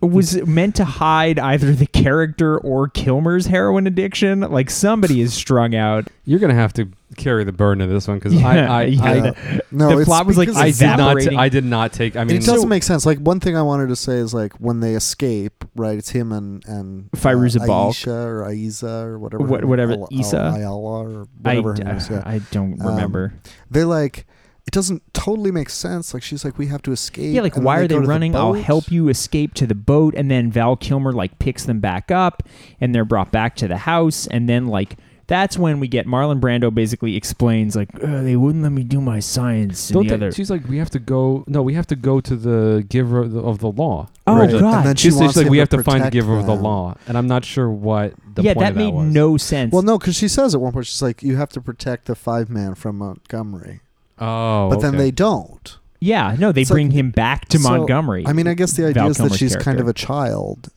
was meant to hide either the character or Kilmer's heroin addiction. Like somebody is strung out.
you're gonna have to carry the burden of this one because
Yeah,
I I,
yeah.
I,
yeah. no,
the
it's
plot was like
because
I
it's-
did not
Evaporating.
I did not take. I mean,
it doesn't make sense. Like one thing I wanted to say is like when they escape, right? It's him and and uh,
Firuza Balk.
Aisha or Aiza or whatever,
What-
her-
whatever,
Al- Al-
Issa?
Ayala or
I, uh,
whatever her name is. Yeah.
I don't
Um,
remember.
they like it doesn't totally make sense. Like she's like, we have to escape.
yeah, like
and then
why are they
go to the
running? I'll
boat.
help you escape to the boat, and then Val Kilmer like picks them back up, and they're brought back to the house, and then like. That's when we get Marlon Brando basically explains like "Uh, they wouldn't let me do my science. And
don't
the
they,
other,
she's like we have to go. No, we have to go to the giver of the, of the law.
Oh,
Or
Right.
the-
God.
And then she
She's
wants
like
him
we have to find the
protect
giver of the
them.
law, and I'm not sure what the
yeah,
point
that
of
made
was.
no sense.
Well, no, because she says at one point she's like, you have to protect the five man from Montgomery,
Oh,
but then
okay.
they don't.
yeah, no, they
It's
bring
like-
him back to
So,
Montgomery.
I mean, I guess the
Val
idea is that
Kilmer's
she's kind
character.
of a child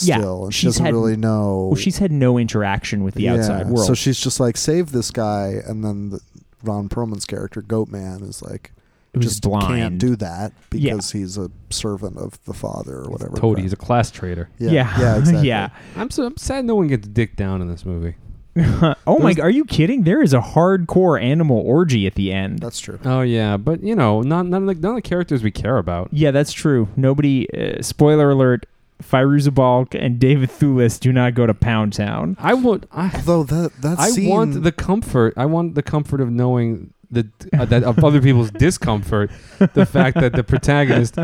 Yeah,
still, and she
she's
doesn't
had-
really know.
Well, she's had no interaction with the
Yeah,
outside world.
So she's just like, save this guy, and then the, Ron Perlman's character, Goatman, is like,
Who's
just
blind.
can't do that
Yeah.
because he's a servant of the father or whatever.
Toady. He's a class traitor.
Yeah,
yeah,
yeah, exactly.
yeah.
I'm so I'm sad no one gets dick down in this movie.
oh my!
There's-
g- Are you kidding? There is a hardcore animal orgy at the end.
That's true.
Oh yeah, but you know, not none of the, none of the characters we care about.
yeah, that's true. Nobody. Uh, spoiler alert: Firuzabalk and David Thewlis do not go to Pound Town.
I would I,
Although that that
I
scene,
want the comfort. I want the comfort of knowing that uh, that of other people's discomfort, the fact that the protagonist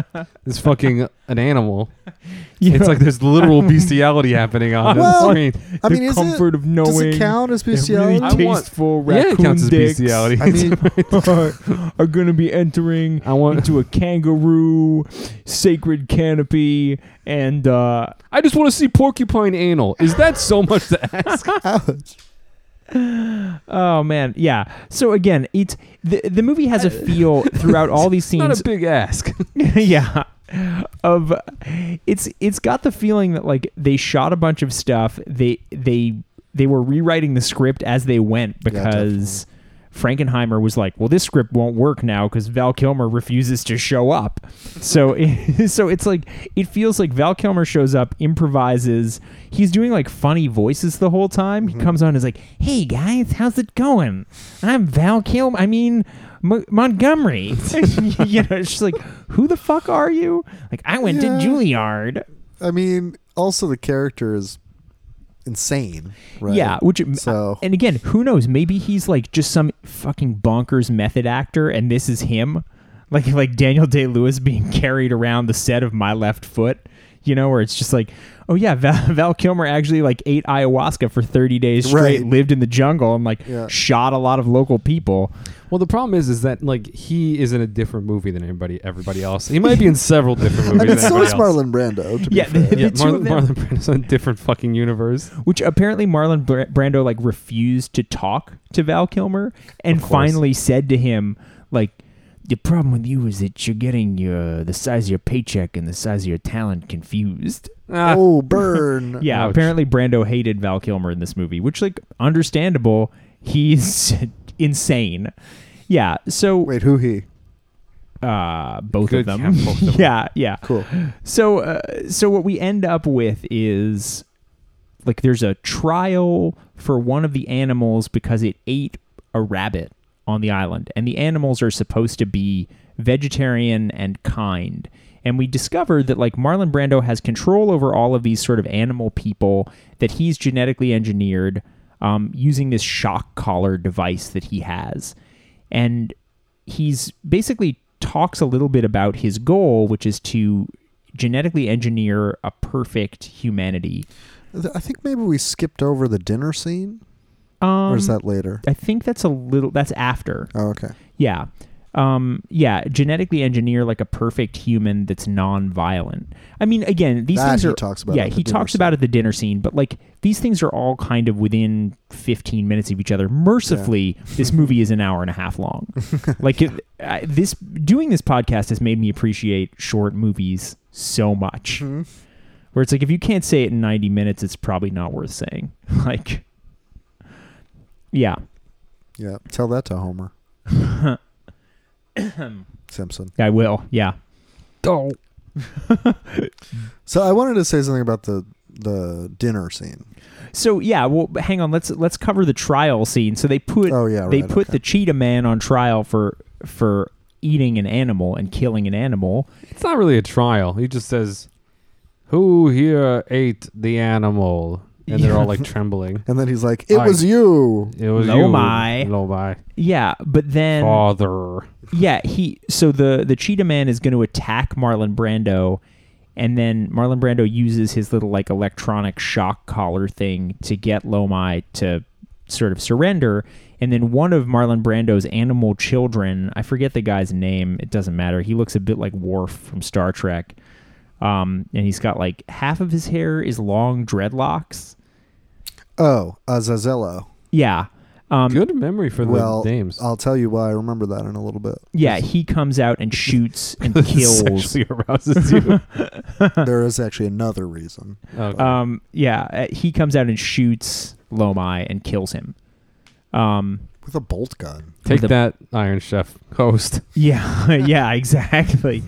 is fucking an animal.
Yeah.
It's like there's literal bestiality happening on
Well,
the screen.
I mean,
the
is
comfort
it,
of knowing.
does it count as
that really
bestiality?
I want-
tasteful
Yeah, it
raccoon
counts as
dicks
bestiality.
I mean,
are going to be entering
I want.
into a kangaroo sacred canopy and uh
I just want to see porcupine anal. Is that so much to ask?
ouch.
Oh man, yeah. So again, it's the the movie has a feel throughout all these
Not
scenes.
a big ask.
yeah. Of it's it's got the feeling that like they shot a bunch of stuff. They they they were rewriting the script as they went because Frankenheimer was like, "Well, this script won't work now because Val Kilmer refuses to show up." So it, so it's like it feels like Val Kilmer shows up, improvises. He's doing like funny voices the whole time. He comes on and is like, "Hey guys, how's it going? I'm Val Kilmer. I mean." M- Montgomery, you know, it's just like, who the fuck are you? Like, I went
Yeah.
to Juilliard.
I mean, also the character is insane, right?
Yeah, which
So-
and again, who knows? Maybe he's like just some fucking bonkers method actor, and this is him, like like Daniel Day Lewis being carried around the set of My Left Foot, you know, where it's just like, oh yeah, Val, Val Kilmer actually like ate ayahuasca for thirty days straight,
Right.
lived in the jungle, and like
Yeah.
shot a lot of local people.
Well, the problem is, is that like he is in a different movie than everybody, everybody else. He might be in several different movies.
I mean,
than
so is
everybody else.
Marlon Brando. To be
Yeah,
fair.
the,
Yeah,
the two of
Marlon,
them-
Marlon Brando's in a different fucking universe.
which apparently Marlon Br- Brando like refused to talk to Val Kilmer and
course.
finally said to him like the problem with you is that you're getting your the size of your paycheck and the size of your talent confused.
Ah,
oh, burn.
Yeah,
Ouch.
apparently Brando hated Val Kilmer in this movie, which like understandable. He's insane. Yeah, so
Wait, who he?
uh, both
Good
of them.
count, both of them.
yeah, yeah.
Cool.
So, uh, so what we end up with is like there's a trial for one of the animals because it ate a rabbit on the island, and the animals are supposed to be vegetarian and kind. And we discover that like Marlon Brando has control over all of these sort of animal people that he's genetically engineered um, using this shock collar device that he has, and he's basically talks a little bit about his goal, which is to genetically engineer a perfect humanity.
Th- I think maybe we skipped over the dinner scene,
Um,
or is that later?
I think that's a little. That's after.
Oh, okay.
Yeah. um, yeah, genetically engineer like a perfect human that's non-violent. I mean, again, these
That
things
he
are
talks about
yeah,
at the
he
dinner
talks
scene.
about at the dinner scene, but like these things are all kind of within 15 minutes of each other. Mercifully, this movie is an hour and a half long. like it, I, this doing this podcast has made me appreciate short movies so much.
Hmm.
Where it's like if you can't say it in 90 minutes, it's probably not worth saying. Like yeah.
Yeah, tell that to Homer. Simpson.
I will. Yeah.
Oh,
So I wanted to say something about the the dinner scene.
So yeah, well, but hang on. Let's let's cover the trial scene. So they put
Oh, yeah,
they
right,
put
okay.
the cheetah man on trial for for eating an animal and killing an animal.
it's not really a trial. He just says, "Who here ate the animal?" And they're all like trembling.
And then he's like, "It
Right.
was you."
It was
Lo
you,
my.
Lo my
Yeah, but then
father.
yeah, he so the the cheetah man is going to attack Marlon Brando, and then Marlon Brando uses his little like electronic shock collar thing to get Lomai to sort of surrender. And then one of Marlon Brando's animal children, I forget the guy's name, it doesn't matter. He looks a bit like Worf from Star Trek. Um, and he's got like half of his hair is long dreadlocks.
Oh, Azazello.
Yeah. Um,
Good memory for the
Well, uh,
names.
I'll tell you why I remember that in a little bit.
yeah, he comes out and shoots and
This
kills
sexually arouses you.
there is actually another reason.
Okay.
um, yeah, uh, he comes out and shoots Lomai and kills him. Um,
With a bolt gun.
Take
the-
that, Iron Chef host.
yeah, yeah, exactly.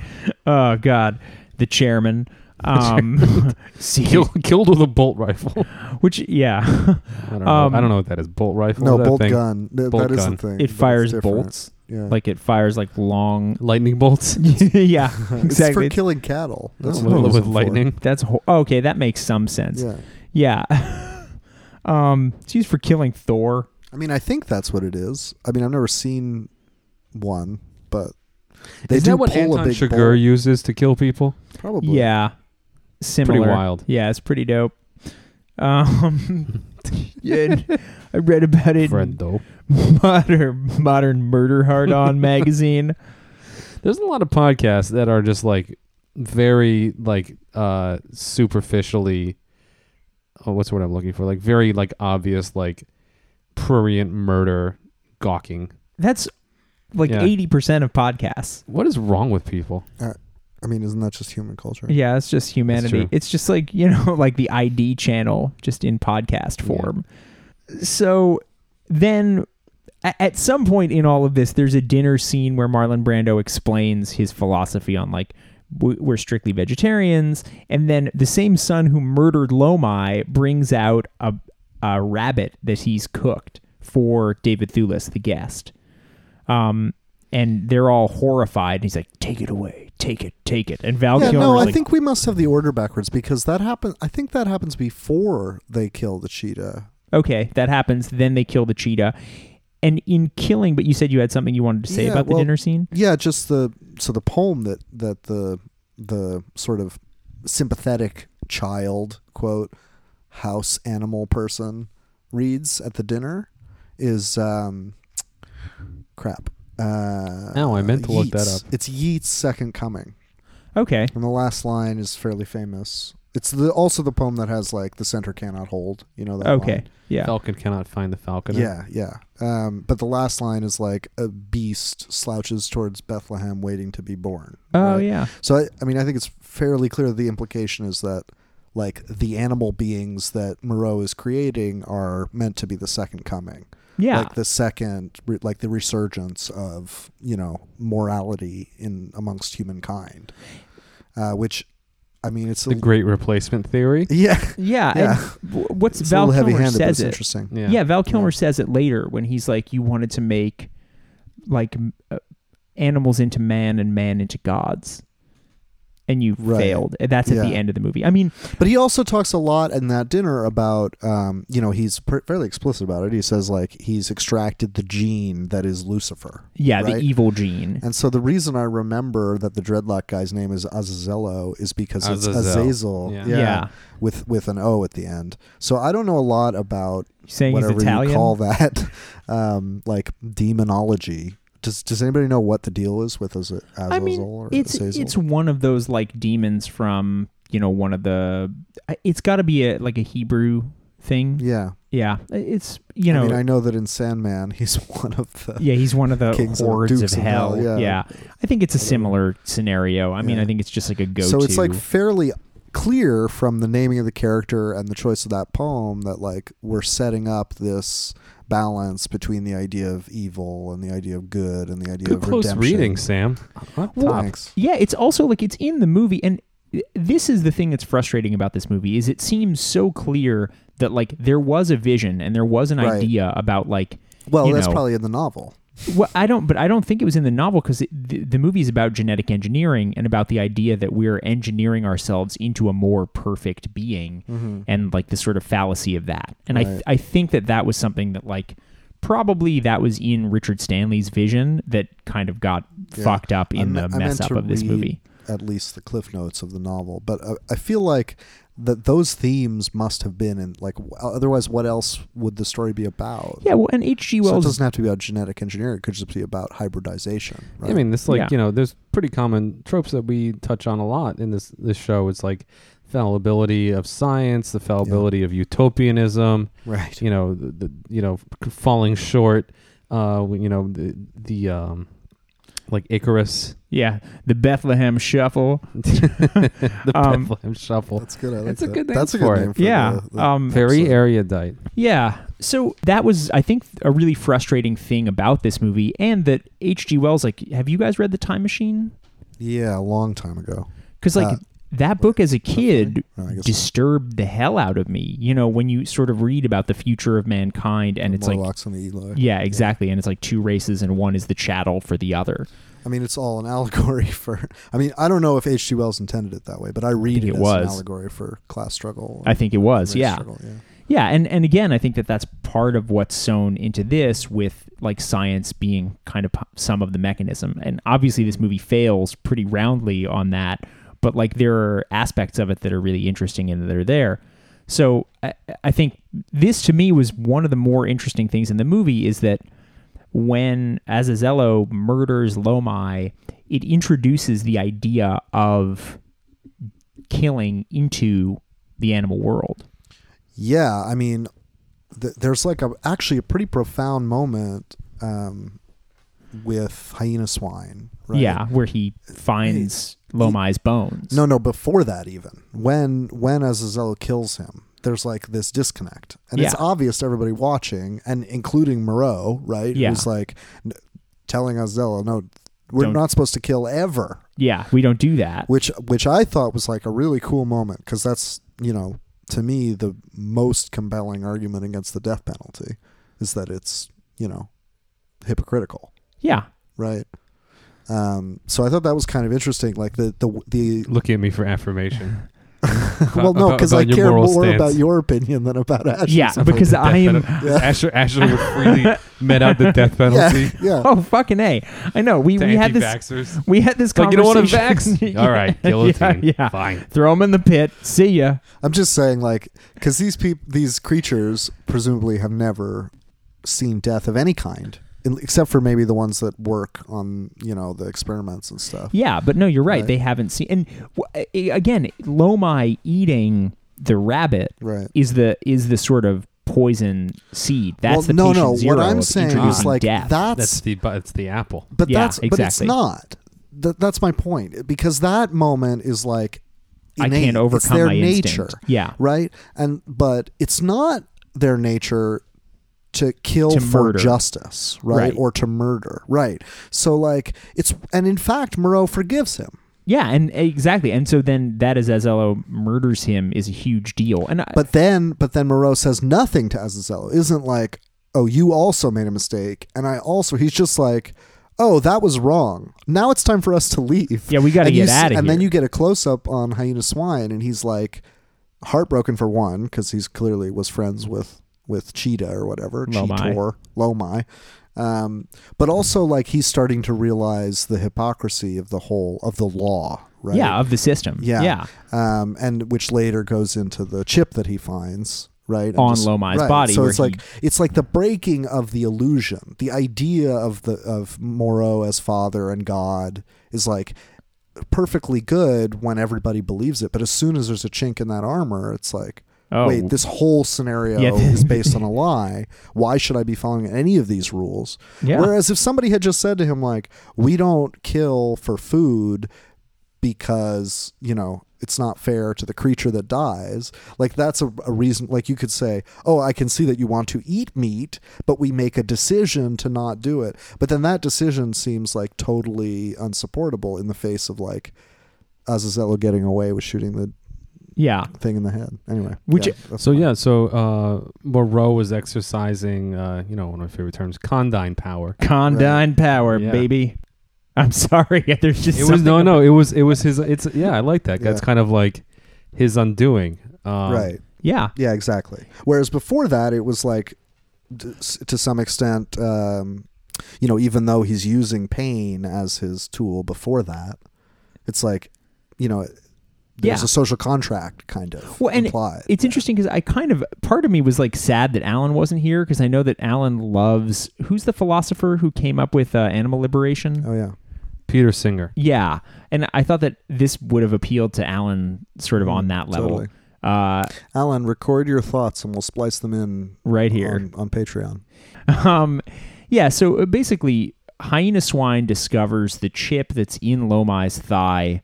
Oh God, the chairman. Um, see,
Kill, killed with a bolt rifle.
which yeah,
I don't,
Um,
know. I don't know what that is. Bolt rifle?
No,
That
bolt
thing?
gun. Th-
Bolt
that is
gun.
the thing. but
it
it's
fires
different.
bolts.
Yeah.
Like it fires like long.
Lightning bolts?
yeah,
It's
exactly.
for killing cattle. That's
With-
what it's
with
for.
lightning.
That's ho- okay. That makes some sense.
Yeah.
Yeah. um, it's used for killing Thor.
I mean, I think that's what it is. I mean, I've never seen one, but they
is
do
that what
pull
Anton
a big
Chigurh
bolt.
uses to kill people?
Probably.
Yeah. Similar.
wild.
Yeah, it's pretty dope. Um, yeah, I read about it in
Friendo.
modern, modern Murder Hard On magazine.
There's a lot of podcasts that are just like very like uh superficially oh what's what I'm looking for? Like very like obvious like prurient murder gawking.
That's like
Yeah.
80% of podcasts.
What is wrong with people?
I mean, isn't that just human culture?
Yeah, it's just humanity.
true.
It's just like, you know, like the ID channel, just in podcast form. So then a- at some point in all of this, there's a dinner scene where Marlon Brando explains his philosophy on like, w- we're strictly vegetarians. And then the same son who murdered Lomai brings out a, a rabbit that he's cooked for David Thewlis, the guest. Um, and they're all horrified. And he's like, take it away. Take it, take it. And Val
Yeah,
Kilmer's
no, I
like,
think we must have the order backwards because that happens. I think that happens before they kill the cheetah.
Okay, that happens. Then they kill the cheetah. And in killing, but you said you had something you wanted to say
Yeah,
about the
well-
dinner scene?
Yeah, just the so the poem that that the the sort of sympathetic child quote house animal person reads at the dinner is um crap. Uh,
Oh, I meant to look that
Yeats.
up.
It's Yeats' Second Coming,
Okay.
and the last line is fairly famous. It's the also the poem that has like the center cannot hold. You know that.
Okay.
line?
Yeah.
Falcon cannot find the falconer.
Yeah, yeah. Um, but the last line is like a beast slouches towards Bethlehem, waiting to be born.
Oh,
right?
yeah.
So I, I mean, I think it's fairly clear that the implication is that like the animal beings that Moreau is creating are meant to be the second coming,
Yeah.
like the second, re- like the resurgence of you know morality in amongst humankind, uh, which I mean, it's a,
The great replacement theory.
yeah,
yeah. and
yeah.
w- what's
It's a
Val
little
Kilmer
heavy-handed, but
says
it's
it?
interesting.
Yeah.
Yeah. Val Kilmer
Yeah.
says it later when he's like, you wanted to make like m- uh, animals into man and man into gods. And you
Right.
failed. And That's at the
Yeah.
end of the movie. I mean,
But he also talks a lot in that dinner about, um, you know, he's pr- fairly explicit about it. He says like he's extracted the gene that is Lucifer.
yeah, the
right?
evil gene.
And so the reason I remember that the dreadlock guy's name is Azazello is because it's
Azazel.
Azazel,
Yeah.
Yeah.
with with an O at the end. So I don't know a lot about
Saying he's
whatever you
Italian.
call that, um, like demonology. Does Does anybody know what the deal is with is it Azazel
I mean,
or
it's
Azazel?
it's one of those like demons from you know one of the. uh, It's got to be a like a Hebrew thing.
yeah.
Yeah, it's you know.
I mean, I know that in Sandman, he's one of the
yeah, he's one of the
Kings of-
hordes of,
Dukes of
hell.
hell,
yeah.
yeah.
I think it's a similar scenario. I mean,
Yeah.
I think it's just like a go-to.
So it's like fairly clear from the naming of the character and the choice of that poem that like we're setting up this balance between the idea of evil and the idea of good and the idea
Good
of
close
redemption.
reading, Sam. Up top.
Thanks.
Yeah, it's also like it's in the movie and this is the thing that's frustrating about this movie is it seems so clear that like there was a vision and there was an
Right.
idea about like
Well,
you
that's
know-
probably in the novel.
well I don't but I don't think it was in the novel cuz the, the movie is about genetic engineering and about the idea that we're engineering ourselves into a more perfect being
Mm-hmm.
and like the sort of fallacy of that. And I th- I think that that was something that like probably that was in Richard Stanley's vision that kind of got
Yeah.
fucked up
I
in
me-
the
I
mess
meant
up
to
of this
read
movie.
At least the cliff notes of the novel, but uh, I, I feel like that those themes must have been in like w- otherwise, what else would the story be about?
Yeah, well, and H.G.
So it
Wells.
doesn't have to be about genetic engineering; it could just be about hybridization. Right?
I mean, this like
Yeah.
you know, there's pretty common tropes that we touch on a lot in this this show. It's like fallibility of science, the fallibility of utopianism.
right?
You know, the, the you know c- falling short. Uh, when, you know the the um, like Icarus,
yeah, the Bethlehem Shuffle.
the
Um,
Bethlehem Shuffle.
That's good. I like
That's a
that.
good name
That's a
for
good
it.
name for
Yeah,
the- the-
um,
Very
Excellent.
erudite.
yeah. So that was, I think, a really frustrating thing about this movie, and that H.G. Wells. Like, have you guys read The Time Machine?
Yeah, a long time ago.
Because like
Uh,
that book as a kid
No, I guess
disturbed the hell out of me. You know, when you sort of read about the future of mankind, and
the
it's like.
Morlocks and the Eli.
Yeah, exactly. And it's like two races, and one is the chattel for the other.
I mean, it's all an allegory for. I mean, I don't know if H.G. Wells intended it that way, but I read
think it
it, as
was.
an allegory for class struggle.
I think it was,
race
yeah.
struggle, yeah.
Yeah, and and again, I think that that's part of what's sewn into this, with like science being kind of p- some of the mechanism. And obviously, this movie fails pretty roundly on that. But like, there are aspects of it that are really interesting and that are there. So I, I think this to me was one of the more interesting things in the movie is that when Azazello murders Lomai, it introduces the idea of killing into the animal world.
Yeah, I mean, th- there's like a actually a pretty profound moment um, with hyena swine. Right?
Yeah, where he finds Lomai's bones.
No, no. Before that, even when when Azazel kills him, there's like this disconnect, and it's
Yeah.
obvious to everybody watching, and including Moreau, right?
Yeah.
Who's like n- telling Azazel, "No, we're
Don't-
not supposed to kill ever."
yeah, we don't do that.
Which which I thought was like a really cool moment because that's you know to me the most compelling argument against the death penalty is that it's you know hypocritical,
yeah,
right? Um, so I thought that was kind of interesting, like the the the
Look at me for affirmation.
well, no,
About-
because
about
I
your
care
moral
more
stance.
about your opinion than about Ashley's.
yeah, because
Death
I am.
penalty. Asher, Asher would freely met out the death penalty
yeah, yeah.
Oh fucking a! I know we
to
we had this
anti-vaxxers.
we had this
Like, you
conversation.
don't want to vax? All right, guillotine.
Yeah, yeah.
Fine.
Throw him in the pit. See ya.
I'm just saying, like, because these people, these creatures, presumably have never seen death of any kind, in- except for maybe the ones that work on, you know, the experiments and stuff.
Yeah, but no, you're right.
Right.
They haven't seen. And w- a- again, Lomai eating the rabbit
Right.
is the is the sort of poison seed. That's
well,
the
no,
patient
no.
zero
What I'm
of
saying is
introducing
like
death.
That's
that's,
the but it's the apple.
but
Yeah,
that's, but it's
exactly.
not. Th- that's my point because that moment is like
I
innate.
can't
it's
overcome
their
my
nature.
instinct. Yeah,
right? And but it's not their nature to kill
To
for
murder.
justice, right?
Right.
Or to murder, right? So like it's and in fact, Moreau forgives him,
Yeah, and exactly, and so then that is Azello murders him is a huge deal, and I,
but then but then Moreau says nothing to Azazel. Isn't like, oh, you also made a mistake, and I also. He's just like. Oh, that was wrong. Now it's time for us to leave.
Yeah, we gotta
And you
get
s-
outta
And then
here.
you get a close up on Hyena Swine, and he's like heartbroken for one because he's clearly was friends with with Cheetah or whatever,
Lomai.
Cheetor, or Lomai. Um, but also like he's starting to realize the hypocrisy of the whole of the law, right?
yeah, of the system,
Um, Yeah.
yeah,
Um, and which later goes into the chip that he finds, right? And
On
just-
Lomai's
right.
body,
So
where
it's like it's like the breaking of the illusion. The idea of the of Moreau as father and God is like perfectly good when everybody believes it, but as soon as there's a chink in that armor, it's like
Oh.
wait, this whole scenario
Yeah.
is based on a lie. Why should I be following any of these rules?
Yeah.
Whereas if somebody had just said to him like, "We don't kill for food because you know it's not fair to the creature that dies like that's a, a reason like you could say oh i can see that you want to eat meat but we make a decision to not do it but then that decision seems like totally unsupportable in the face of like azazello getting away with shooting the
Yeah.
thing in the head anyway
Which-
yeah, that's
So
fine.
yeah, so uh, Moreau was exercising, uh, you know, one of my favorite terms, condyne power.
Condyne power,
Yeah.
baby. I'm sorry. There's just
It was no,
something-
no, it was it was his. It's yeah, I like that. That's
Yeah.
kind of like his undoing. Um,
right
Yeah.
Yeah, exactly. Whereas before that, it was like, d- s- to some extent, um, you know, even though he's using pain as his tool before that, it's like, you know, there's
Yeah.
a social contract kind of
Well, and
implied.
it's interesting because I kind of part of me was like sad that Alan wasn't here because I know that Alan loves who's the philosopher who came up with uh, animal liberation.
oh yeah,
Peter Singer.
Yeah, and I thought that this would have appealed to Alan sort of on that level.
Mm, totally.
Uh,
Alan, record your thoughts and we'll splice them in
Right here.
on, on Patreon.
um, yeah, so uh, basically, Hyena Swine discovers the chip that's in Lomai's thigh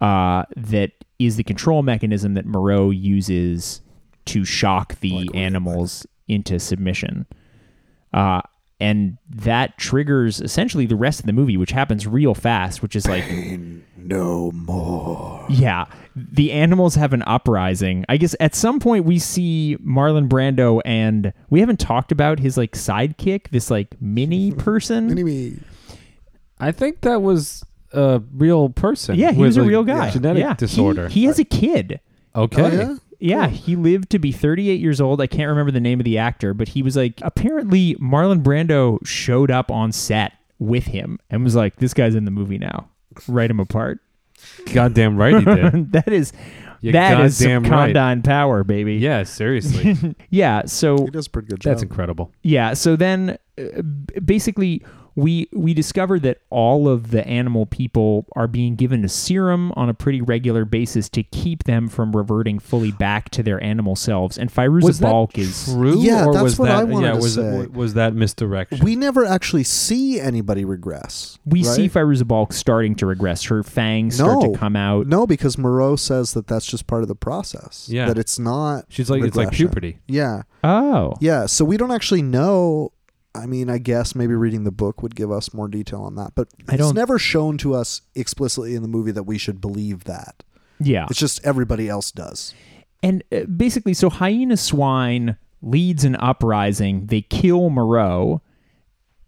uh, that is the control mechanism that Moreau uses to shock the animals into submission. Uh, and that triggers essentially the rest of the movie, which happens real fast, which is like
No more.
yeah, the animals have an uprising. I guess at some point we see Marlon Brando, and we haven't talked about his like sidekick, this like mini person.
Anyway,
I think that was a real person.
yeah, he
with
was a real guy.
Genetic
yeah.
disorder.
He, he has a kid.
okay.
oh yeah,
Yeah, he lived to be 38 years old. I can't remember the name of the actor, but he was like apparently Marlon Brando showed up on set with him and was like, "This guy's in the movie now. Write him apart."
Goddamn right he did.
that is
You're
that is some
goddamn right.
condyne power, baby.
yeah, seriously.
yeah. So
he does a pretty good job.
That's incredible.
Yeah. So then, uh, b- basically, we we discover that all of the animal people are being given a serum on a pretty regular basis to keep them from reverting fully back to their animal selves. And Firuza Balk is
true?
Yeah,
or
that's
was
what
that
I wanted
yeah,
to
was,
say.
w- was that misdirection?
we never actually see anybody regress.
we see
right?
Firuza Balk starting to regress. Her fangs start to come out.
No, because Moreau says that that's just part of the process.
Yeah.
that it's not.
She's like it's like
regression.
puberty.
Yeah,
Oh,
yeah. So we don't actually know. I mean, I guess maybe reading the book would give us more detail on that, but
I
it's
don't-
never shown to us explicitly in the movie that we should believe that.
yeah.
It's just everybody else does.
And uh, basically, so Hyena Swine leads an uprising. They kill Moreau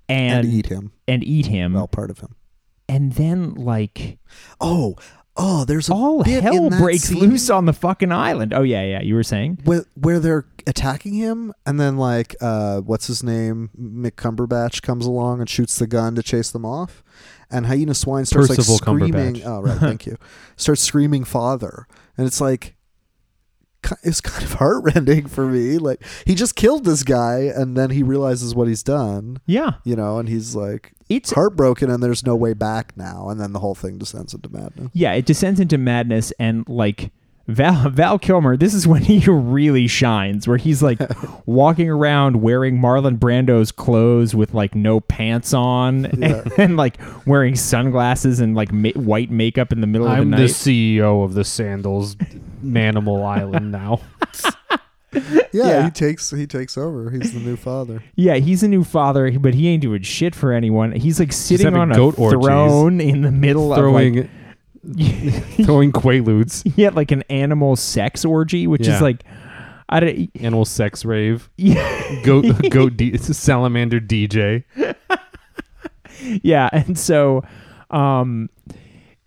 and, Mm.
And, eat him.
and eat him.
Well, part of him.
And then like.
Oh, oh, there's a
all
bit
hell
in that
breaks
scene
loose on the fucking island. Oh yeah, yeah. You were saying?
Where, where they're attacking him, and then like, uh, what's his name, Mick Cumberbatch comes along and shoots the gun to chase them off, and Hyena Swine starts
Percival
like screaming.
Cumberbatch.
Oh right, thank you. Starts screaming, "Father!" And it's like, ki- it's kind of heartrending for me. Like he just killed this guy, and then he realizes what he's done.
Yeah.
You know, and he's like,
It's
heartbroken, and there's no way back now. And then the whole thing descends into madness.
yeah. It descends into madness and like. Val, Val Kilmer, this is when he really shines, where he's like walking around wearing Marlon Brando's clothes with like no pants on and, like wearing sunglasses and like ma- white makeup in the middle of
I'm
the
the
night.
CEO of the Sandals Manimal Island now.
Yeah,
Yeah.
he takes he takes over. He's the new father.
Yeah, he's a new father, but he ain't doing shit for anyone. He's like sitting
having
on a
goat orgies.
throne in the middle
throwing
of like,
throwing quaaludes,
he had like an animal sex orgy, which
Yeah.
is like, I don't.
animal sex rave,
Yeah,
goat goat D, it's a salamander DJ.
yeah, and so, um,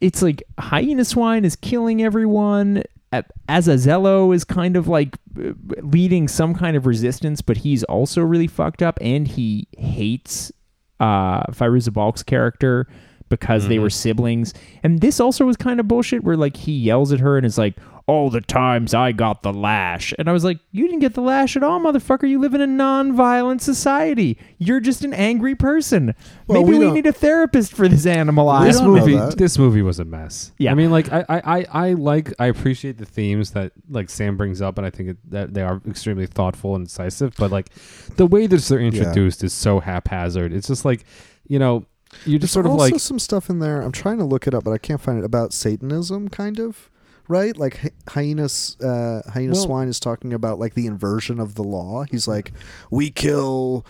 it's like hyena swine is killing everyone. A- Azazello is kind of like uh, leading some kind of resistance, but he's also really fucked up, and he hates uh, Firuza Balk's character because they were siblings. And this also was kind of bullshit where like he yells at her and is like, all the times I got the lash. And I was like, you didn't get the lash at all, motherfucker. You live in a non-violent society. You're just an angry person.
Well,
Maybe
we
we,
don't-
need a therapist for this animalized.
this
don't know
movie
that.
this movie was a mess
Yeah.
i mean like I, I i i like i appreciate the themes that like sam brings up and i think it, that they are extremely thoughtful and incisive but like the way that they're introduced is so haphazard it's just like you know you just
There's
sort of
also
like
some stuff in there. I'm trying to look it up, but I can't find it about Satanism, kind of. Right, like hy- hyenas, uh, hyena
Well-
swine is talking about like the inversion of the law. He's like, we kill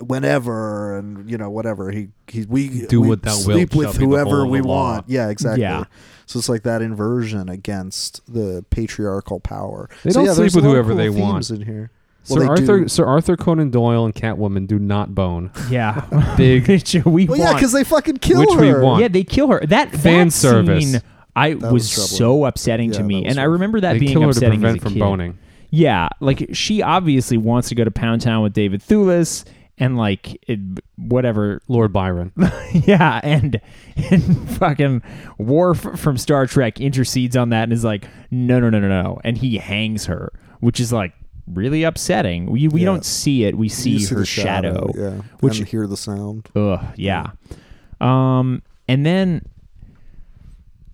whenever, and you know whatever he he we
Do
we
what thou wilt
sleep
shall be
with
the whole
whoever
of
we
the law.
want. Yeah, exactly.
Yeah.
So it's like that inversion against the patriarchal power.
They
So,
don't
yeah,
sleep
there's a
with
lot of
whoever
cool
they want.
themes in here.
sir
Well, they do.
arthur sir arthur conan doyle and catwoman do not bone
yeah.
big
we
Well, yeah,
want-
because they fucking kill
Which we
her.
want.
Yeah, they kill her. That
Fan
that
service.
Scene, I was,
was troubling.
so upsetting to
Yeah,
me,
that was
and I
rough.
remember that
they
being
kill her to
upsetting as
prevent
a
from
kid.
boning
Yeah, like she obviously wants to go to Pound Town with David Thewlis, and like it, whatever.
lord byron
yeah, and and fucking Worf from Star Trek intercedes on that and is like, no, no, no, no, no, and he hangs her, which is like really upsetting. We we
Yeah.
don't see it; we see,
You see
her
the shadow, yeah,
which-
and hear the sound.
Ugh, yeah. Um, and then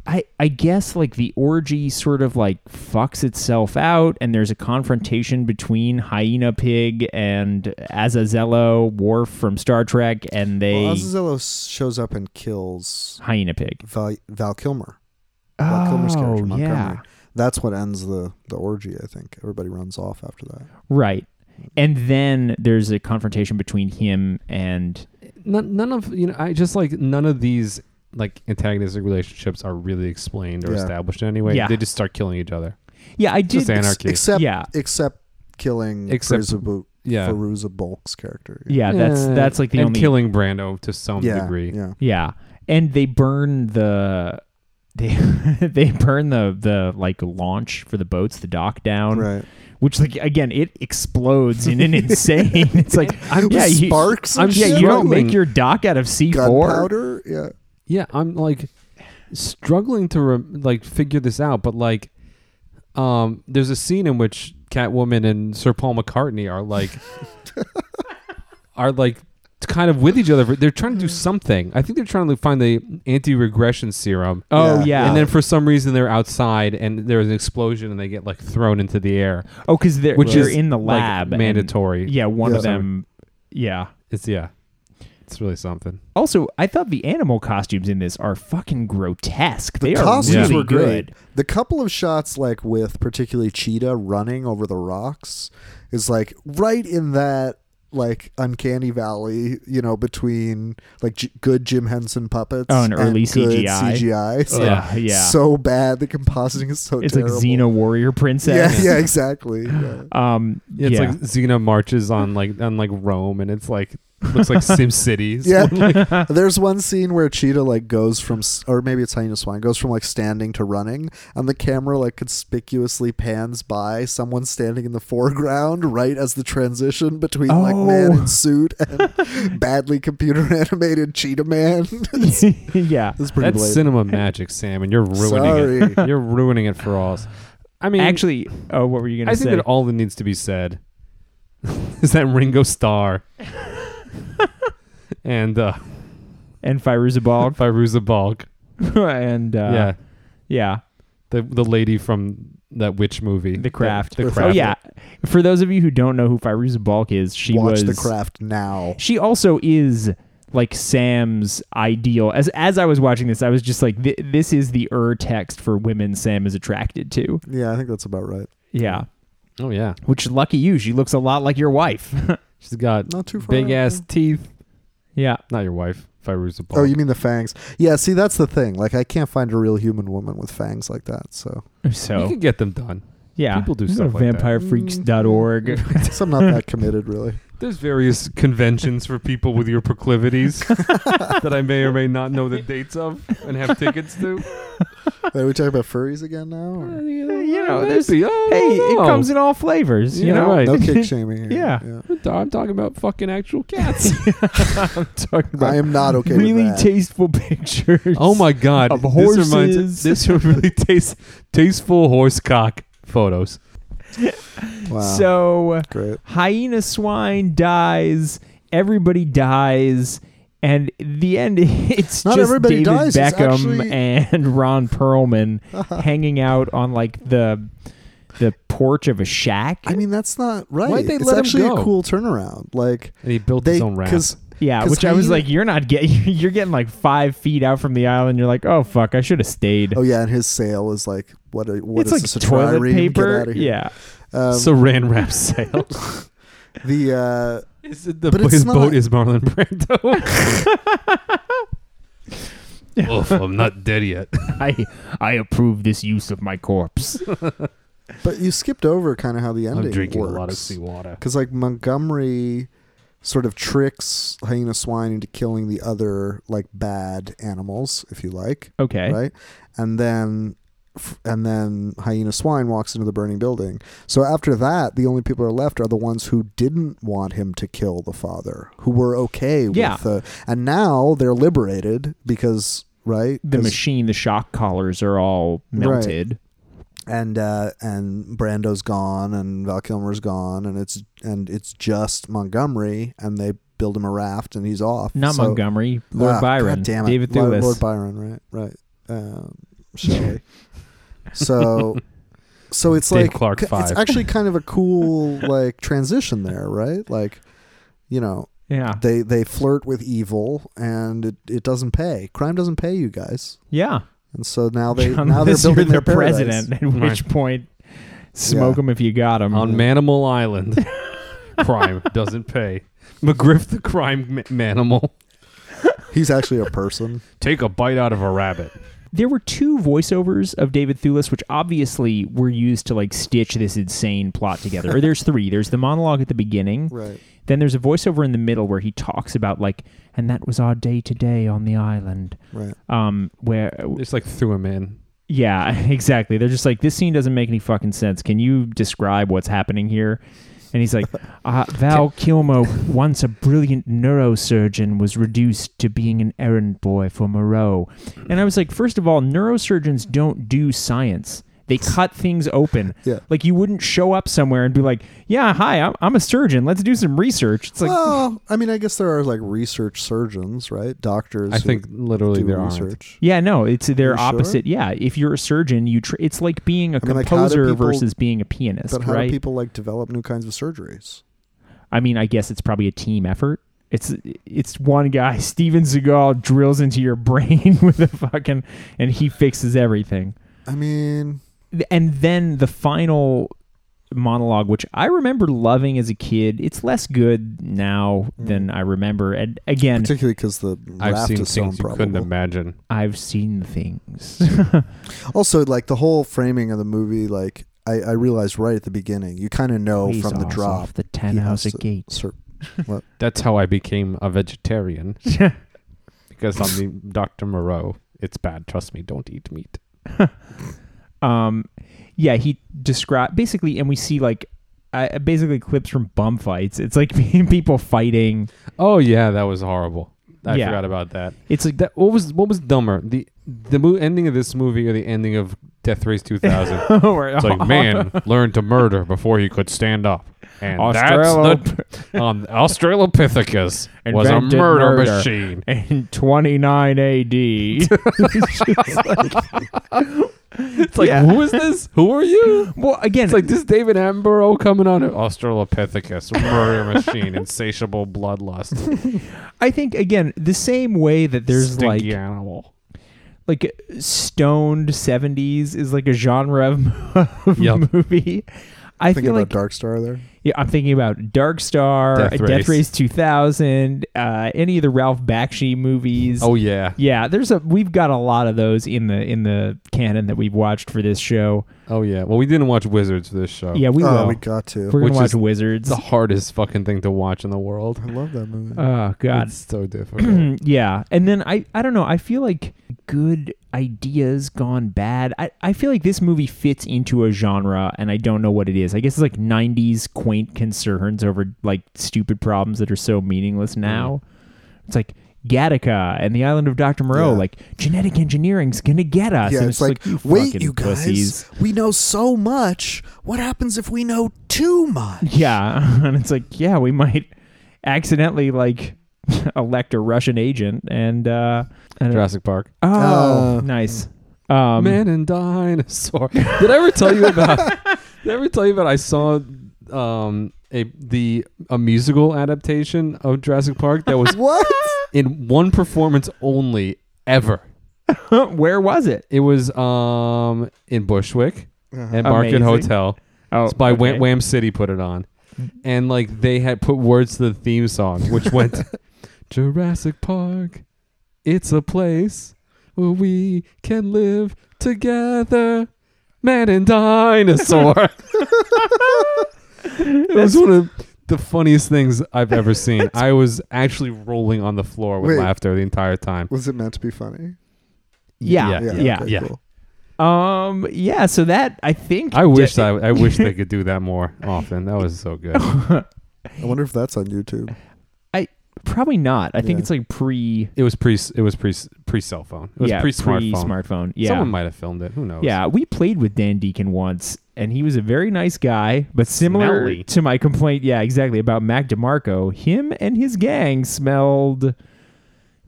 I I guess like the orgy sort of like fucks itself out, and there's a confrontation between Hyena Pig and Azazello Worf from Star Trek, and they
Well, Azazello s- shows up and kills
Hyena Pig.
Val, Val Kilmer. Val Kilmer's character,
Oh
Montgomery.
yeah,
That's what ends the, the orgy, I think. Everybody runs off after that.
right. And then there's a confrontation between him and
none, none of you know i just like none of these like antagonistic relationships are really explained or
Yeah.
established in any way
Yeah.
they just start killing each other
yeah. I did
just anarchy
Except
Yeah.
except killing
Except-
Farouza, Bu-
yeah
Farouza Bulk's character.
yeah. That's
Eh,
that's like the
and
only
killing Brando to some
Yeah,
degree.
yeah.
Yeah, and they burn the they they burn the the like launch for the boats, the dock down,
Right.
which like again it explodes in an insane. It's like I'm yeah,
The
you,
sparks and
I'm-
yeah,
shit?
you don't
struggling.
make your dock out of C four.
gunpowder. Yeah.
Yeah, I'm like struggling to re- like figure this out, but like, um, there's a scene in which Catwoman and Sir Paul McCartney are like, are like kind of with each other. They're trying to do something. I think they're trying to find the anti-regression serum.
Oh yeah,
Yeah.
And then for some reason they're outside and there's an explosion and they get like thrown into the air.
oh because they're
Which
they're
is,
in the
like,
lab and-
mandatory.
yeah, one of
Yeah.
them. Yeah.
It's yeah, it's really something.
Also, I thought the animal costumes in this are fucking grotesque. they
The
are
costumes
really
were great.
good.
The couple of shots, like with particularly Cheetah running over the rocks, is like right in that like uncanny valley, you know, between like J- good Jim Henson puppets
Oh, and early
good
CGI.
CGI. It's, like,
Ugh, Oh, yeah.
so bad. The compositing is so
It's
terrible.
like Xena warrior
Yeah,
princess.
yeah, exactly. Yeah.
Um,
Yeah, it's like Xena marches on like on like Rome, and it's like looks like Sim Cities.
Yeah. There's one scene where Cheetah like goes from, s- or maybe it's Hyena Swine, goes from like standing to running, and the camera like conspicuously pans by someone standing in the foreground right as the transition between like man
Oh.
in suit and badly computer animated Cheetah Man. it's,
yeah.
it's
that's
pretty blatant.
cinema magic, Sam, and you're ruining it. You're ruining it for us. I mean,
Actually, oh, what were you
I
going to
think
say?
that all that needs to be said is that Ringo Starr and uh,
and Firuzabal
Firuza Balk.
and uh,
yeah,
yeah, yeah,
the the lady from that witch movie,
the craft.
The,
Oh
craft.
yeah. For those of you who don't know who Firuzabal is, she
Watch
was
the craft now.
She also is like Sam's ideal. As as I was watching this, I was just like, th- this is the ur text for women Sam is attracted to.
Yeah, I think that's about right.
Yeah.
Oh yeah,
Which lucky you, she looks a lot like your wife.
she's got
Not too far.
big
out,
ass
yeah.
teeth.
yeah.
Not your wife, Firuza Balk.
Oh, you mean the fangs? Yeah, see, that's the thing. Like, I can't find a real human woman with fangs like that. So,
you
So
can get them done.
yeah,
people do
Go to
stuff like that.
vampirefreaks.org.
Mm.
so I'm not that committed, really.
There's various conventions for people with your proclivities that I may or may not know the dates of and have tickets to.
Are we talking about furries again now?
Uh,
or-
you know, Oh,
Maybe.
there's, hey,
I don't
it
know.
comes in all flavors. You
Yeah,
know,
right.
No kick shaming here.
Yeah.
I'm talking about fucking actual cats. I'm talking
I
about.
am not okay
really
with that.
tasteful pictures.
Oh my god!
Of
This, reminds,
horses.
this really taste tasteful horse cock photos.
wow.
So
Great.
hyena swine dies. Everybody dies. And the end, it's
Not
just
everybody
David
dies, it's
Beckham
actually-
and Ron Perlman hanging out on like the the porch of a shack.
I mean, that's not right.
Why'd they
it's
let him
actually
go?
a cool turnaround. Like
And he built
they
his own raft.
because
yeah,
'cause
which I was
hyena-
like, you're not getting, you're getting like five feet out from the island. You're like, oh fuck, I should have stayed.
oh yeah, and his sale is like what? A, what
it's
is
like
this, a
toilet
trireme? Get
paper.
out of here.
Yeah,
Um,
Saran wrap sale.
the uh,
is it the
But it's
his boat
not-
is Marlon Brando? Oof, I'm not dead yet.
I I approve this use of my corpse.
but you skipped over kind of how the ending
I'm drinking
works.
a lot of seawater.
because like Montgomery sort of tricks hyena swine into killing the other like bad animals, if you like,
Okay.
right? And then f- and then hyena swine walks into the burning building. So after that, the only people who are left are the ones who didn't want him to kill the father, who were okay
Yeah.
with the, and now they're liberated because right
The
'Cause-
machine, the shock collars are all melted.
and uh, and Brando's gone and Val Kilmer's gone and it's and it's just Montgomery and they build him a raft and he's off.
Not
So-
Montgomery, Lord
Ah,
Byron,
God damn it.
David
Lord,
Lewis.
Lord Byron, right, right. Um, Shelley. so, so it's
Dave
like
Clark
c-
five.
It's actually kind of a cool like transition there, right? Like, you know,
yeah,
they they flirt with evil and it, it doesn't pay. Crime doesn't pay, you guys.
yeah.
And so now they now they're
Unless you're
building
the
their paradise.
president, at which point, smoke
Yeah.
them if you got them.
On Manimal Island, crime doesn't pay. McGriff the crime ma- manimal.
He's actually a person.
Take a bite out of a rabbit.
there were two voiceovers of David Thewlis, which obviously were used to like stitch this insane plot together. or there's three. There's the monologue at the beginning.
Right.
Then there's a voiceover in the middle where he talks about like, and that was our day to day on the island.
Right.
Um, where
It's like threw him in.
Yeah, exactly. They're just like, this scene doesn't make any fucking sense. Can you describe what's happening here? And he's like, uh, Val Kilmer, once a brilliant neurosurgeon, was reduced to being an errand boy for Moreau. And I was like, first of all, neurosurgeons don't do science. They cut things open.
Yeah.
Like you wouldn't show up somewhere and be like, "Yeah, hi, I'm, I'm a surgeon. Let's do some research." It's like,
well, I mean, I guess there are like research surgeons, right? Doctors.
I
who
think literally
do
there aren't.
research.
yeah, no, it's
You
they're
sure?
opposite. Yeah, if you're a surgeon, you tr- it's like being a
mean, like, how do
composer
people-
versus being a pianist,
But how
right?
do people like develop new kinds of surgeries?
I mean, I guess it's probably a team effort. It's it's one guy, Steven Seagal, drills into your brain with a fucking, and he fixes everything.
I mean,
And then the final monologue, which I remember loving as a kid, it's less good now
Mm.
than I remember. And again,
particularly because the
I've
raft
seen
is so
things you couldn't
improbable.
imagine.
I've seen things.
also, like the whole framing of the movie, like I, I realized right at the beginning, you kind of know
Please
from the
off
drop
off the
he
ten
has
house
to
gate.
sur- what?
That's how I became a vegetarian. because I'm the Dr. Moreau. It's bad. Trust me. Don't eat meat.
um yeah he described basically and we see like uh, basically clips from bum fights it's like people fighting
Oh yeah, that was horrible. I
Yeah.
forgot about that.
it's like
That what was what was dumber the the mo- ending of this movie or the ending of Death Race 2000? It's like man learned to murder before he could stand up, and that's the um, Australopithecus was a
Invented
murder,
murder.
machine.
in 29 AD. It's just like,
It's like who is this? Who are you?
well, again,
It's like this David Attenborough coming on it. Australopithecus murder machine, insatiable bloodlust,
I think again the same way that there's like
stinky animal.
like stoned 70s is like a genre of
Yep.
movie. I
Thinking
feel like
about Dark Star there.
Yeah, I'm thinking about Dark Star,
Death
Death Race,
Race.
2000, uh, any of the Ralph Bakshi movies.
Oh yeah.
yeah, there's a we've got a lot of those in the in the canon that we've watched for this show.
Oh yeah. Well, we didn't watch Wizards for this show.
Yeah, we
oh,
will.
we got to.
We're gonna
Which
watch
is
Wizards.
It's the hardest fucking thing to watch in the world.
I love that movie.
oh God,
It's so difficult.
Hmm, yeah. And then I I don't know. I feel like good ideas gone bad. I I feel like this movie fits into a genre, and I don't know what it is. I guess it's like '90s quaint concerns over like stupid problems that are so meaningless
Mm-hmm.
now. It's like. Gattaca and the island of Dr. Moreau,
Yeah.
like genetic engineering's gonna get us.
yeah,
and
it's like,
you
wait,
fucking
you guys,
pussies."
we know so much. What happens if we know too much?
Yeah. And it's like, yeah, we might accidentally like elect a Russian agent and uh and
Jurassic Park.
Oh,
Oh.
nice. Um
Man and dinosaur. Did I ever tell you about? did I ever tell you about? I saw um a the a musical adaptation of Jurassic Park that was
What?
in one performance only ever.
where was it?
It was um in Bushwick
Uh-huh.
at Market
Amazing.
Hotel.
Oh,
It's by Wham,
okay.
Wham City put it on, and like they had put words to the theme song, which went Jurassic Park. It's a place where we can live together, man and dinosaur. it was one of the funniest things I've ever seen. I was actually rolling on the floor with
Wait.
laughter the entire time.
Was it meant to be funny?
Yeah.
Yeah,
Yeah.
okay,
yeah.
cool.
Um yeah, so that I think
I wish I, I wish they could do that more often. That was so good.
I wonder if that's on YouTube.
I probably not. I think
Yeah.
it's like pre
It was pre. It was pre. Pre cell phone. It was
yeah,
pre smartphone.
smartphone. Yeah.
Someone might have filmed it. Who knows?
Yeah, we played with Dan Deacon once, and he was a very nice guy, but similar
Smelly.
to my complaint, yeah, exactly, about Mac DeMarco, him and his gang smelled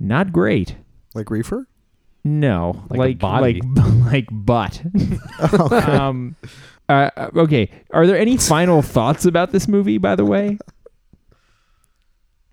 not great.
Like Reefer?
No,
Like a
like
body.
like like butt. um, uh, okay, are there any final thoughts about this movie? By the way,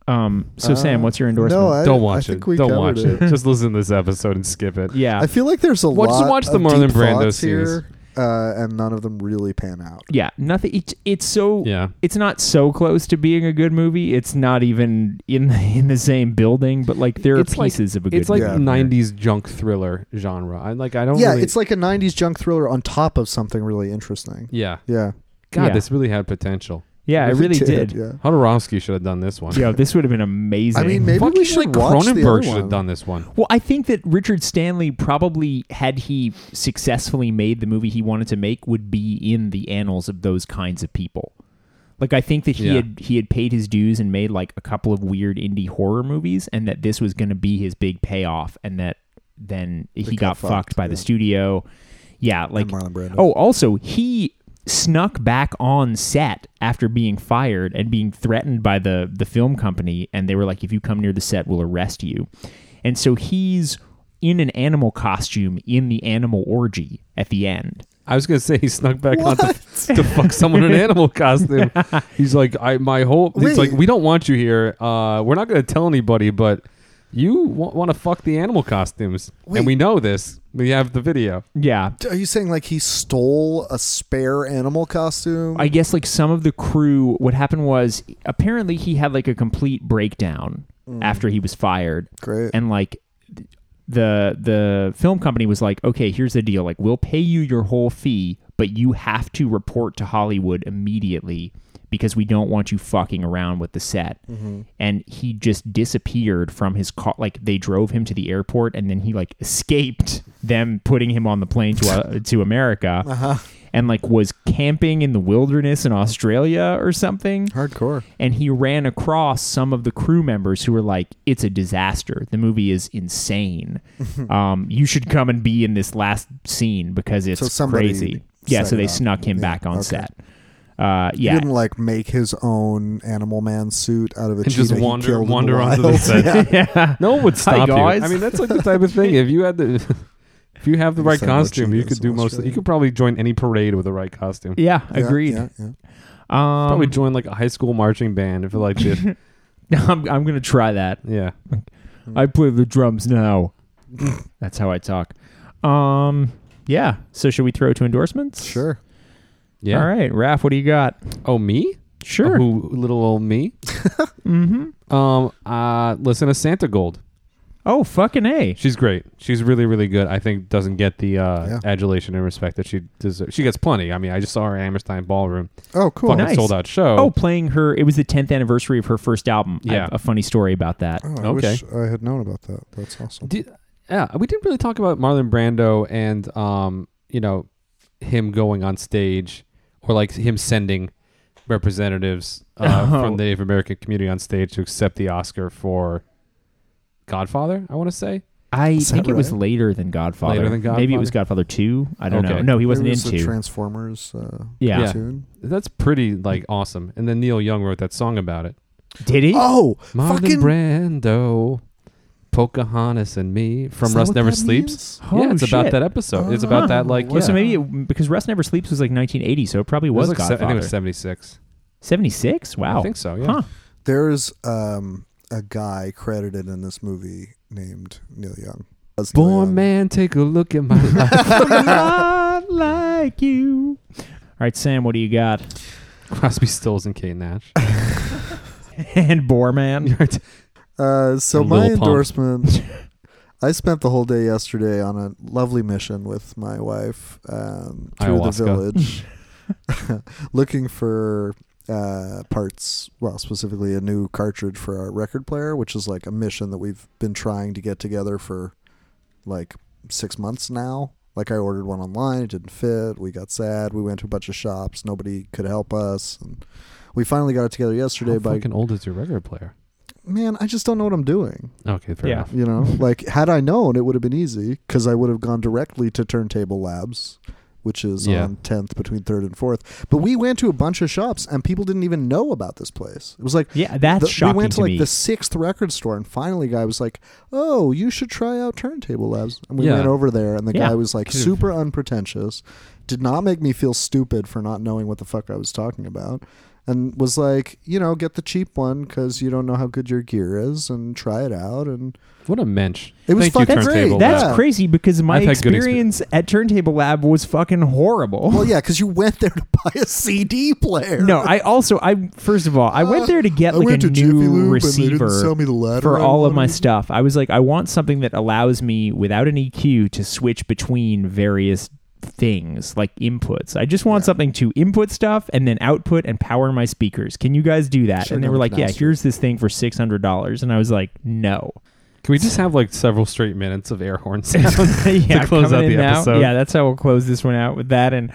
um, so Sam,
Uh,
what's your endorsement?
No, I,
Don't
I
watch
think
it.
we
Don't
covered
watch it. Just listen to this episode and skip it.
yeah,
I feel like there's a
Watch-
lot.
watch the
of
Marlon
deep
Brando
thoughts
series.
here, uh, and none of them really pan out.
yeah, nothing. It's it's so
Yeah.
it's not so close to being a good movie. It's not even in the, in the same building, but like there are
It's like-
pieces of a good.
It's like
Yeah.
'90s junk thriller genre. I like. I don't.
yeah,
really-
it's like a '90s junk thriller on top of something really interesting.
Yeah.
Yeah,
God,
Yeah.
this really had potential.
yeah, I really did.
Yeah,
Hodorowski should have done this one.
Yo, this would have been amazing.
I mean, maybe
Fucking
we should
like
watch the other
Cronenberg should have
one.
done this one.
well, I think that Richard Stanley probably, had he successfully made the movie he wanted to make, would be in the annals of those kinds of people. Like I think that he
Yeah.
had he had paid his dues and made like a couple of weird indie horror movies, and that this was going to be his big payoff, and that then he got,
got
fucked,
fucked,
by
yeah.
the studio. Yeah, like
And Marlon Brando.
Oh, also he snuck back on set after being fired and being threatened by the the film company, and they were like, "If you come near the set, we'll arrest you." And so he's in an animal costume in the animal orgy at the end.
I was gonna say he snuck back on to, to fuck someone in an animal costume. He's like, I my whole. He's like,
Wait.
we don't want you here. Uh, we're not gonna tell anybody, but you wa- want to fuck the animal costumes,
Wait.
and we know this. We have the video.
Yeah.
Are you saying like he stole a spare animal costume?
I guess like some of the crew, what happened was apparently he had like a complete breakdown
Mm.
after he was fired.
Great.
And like th- the the film company was like, okay, here's the deal. Like we'll pay you your whole fee, but you have to report to Hollywood immediately because we don't want you fucking around with the set. And he just disappeared from his car. Like they drove him to the airport, and then he like escaped them putting him on the plane to uh, to America and like was camping in the wilderness in Australia or something.
Hardcore.
And he ran across some of the crew members who were like, "It's a disaster. The movie is insane. um, you should come and be in this last scene because it's
So somebody
crazy." Yeah,
set
so
it
they
up.
snuck him
Yeah,
back on
okay.
set. Uh,
He
yeah,
didn't like make his own Animal Man suit out of a
And just
cheetah he
wander-
killed in
wander
the
onto
wild.
the set.
Yeah.
No one would stop
guys.
you. I mean, that's like the type of thing. If you had the, if you have the right
Just like
costume, you
Cheetahs
could
in
do most.
Australia.
You could probably join any parade with the right costume.
yeah,
Yeah,
agreed.
yeah, yeah.
Um,
Probably join like a high school marching band if it like did.
I'm, I'm gonna try that.
yeah.
Mm-hmm.
I play the drums now. That's how I talk. Um, yeah. So should we throw to endorsements?
Sure.
Yeah.
All right, Raph, what do you got?
Oh me?
Sure.
Who little old me? mm-hmm. Um. Uh. Listen to Santa Gold.
Oh, fucking A.
She's great. She's really, really good. I think doesn't get the uh,
Yeah.
adulation and respect that she deserves. She gets plenty. I mean, I just saw her at Hammerstein Ballroom.
Oh, cool.
Fucking
Nice.
sold out show.
Oh, playing her. It was the 10th anniversary of her first album. I
Yeah.
have a funny story about that.
Oh, I
Okay.
wish I had known about that. That's awesome.
Did, yeah, we didn't really talk about Marlon Brando and um, you know, him going on stage or like him sending representatives uh,
Oh.
from the Native American community on stage to accept the Oscar for Godfather. I want to say
I
Is that
think it was
right?
later than Godfather.
Later than
Maybe it
Godfather?
was Godfather 2. I don't
Okay.
know. No, he wasn't
There was
in 2.
a Transformers uh,
Yeah.
Yeah.
cartoon.
that's pretty like awesome. And then Neil Young wrote that song about it.
Did he?
Oh,
Marlon
fucking
Brando, Pocahontas and me from
Is that
Rust
what
Never
that
Sleeps.
means?
yeah, it's
Holy
about
shit.
that episode. it's about that like
Oh,
yeah.
Well, so maybe it, because Rest Never Sleeps was like 1980, so it probably
it
was,
was like se- I
Godfather.
think it was seventy six.
76? Wow.
I think so. Yeah.
Huh.
There's um, a guy credited in this movie named Neil Young. Was Neil
Born
Young.
man, take a look at my life.
Not like you. All right, Sam, what do you got?
Crosby, Stills, and Kate Nash.
and Boorman.
Uh, so
And
my
Lil Pump.
endorsement. I spent the whole day yesterday on a lovely mission with my wife um, through
Ayahuasca.
the village, looking for uh, parts. Well, specifically a new cartridge for our record player, which is like a mission that we've been trying to get together for like six months now. Like I ordered one online, it didn't fit. We got sad. We went to a bunch of shops. Nobody could help us, and we finally got it together yesterday.
How
by
fucking old is your record player?
man, I just don't know what I'm doing.
Okay, fair
Yeah.
enough.
You know, like had I known, it would have been easy because I would have gone directly to Turntable Labs, which is
Yeah.
on tenth between third and fourth. But we went to a bunch of shops and people didn't even know about this place. It was like
Yeah, that's
the-
shocking
We went to,
to
like
me.
the sixth record store and finally, a guy was like, "Oh, you should try out Turntable Labs." And we
Yeah.
went over there, and the
Yeah.
guy was like
Could've-
super unpretentious, did not make me feel stupid for not knowing what the fuck I was talking about and was like, you know, get the cheap one because you don't know how good your gear is and try it out. And
What a mensch.
It was
Thank
fucking
you,
great.
Turntable.
That's
Lab.
Yeah.
crazy because my
I've had good
experience at Turntable Lab was fucking horrible.
well, yeah, because you went there to buy a CD player.
no, I also I first of all I went there to get
Uh, I
like
went
a
to Jiffy Lube and they
new
didn't
receiver
sell me the ladder
for
I
all of my
wanted.
stuff. I was like, I want something that allows me without an EQ to switch between various things like inputs. I just want something to input stuff and then output and power my speakers. Can you guys do that?
Sure,
and they
no
were
one
like,
can
Yeah,
ask you.
here's this thing for six hundred dollars, and I was like, No.
Can we just have like several straight minutes of air horn sound
yeah,
to close
coming
out
in
the
now.
episode?
Yeah, that's how we'll close this one out with that. And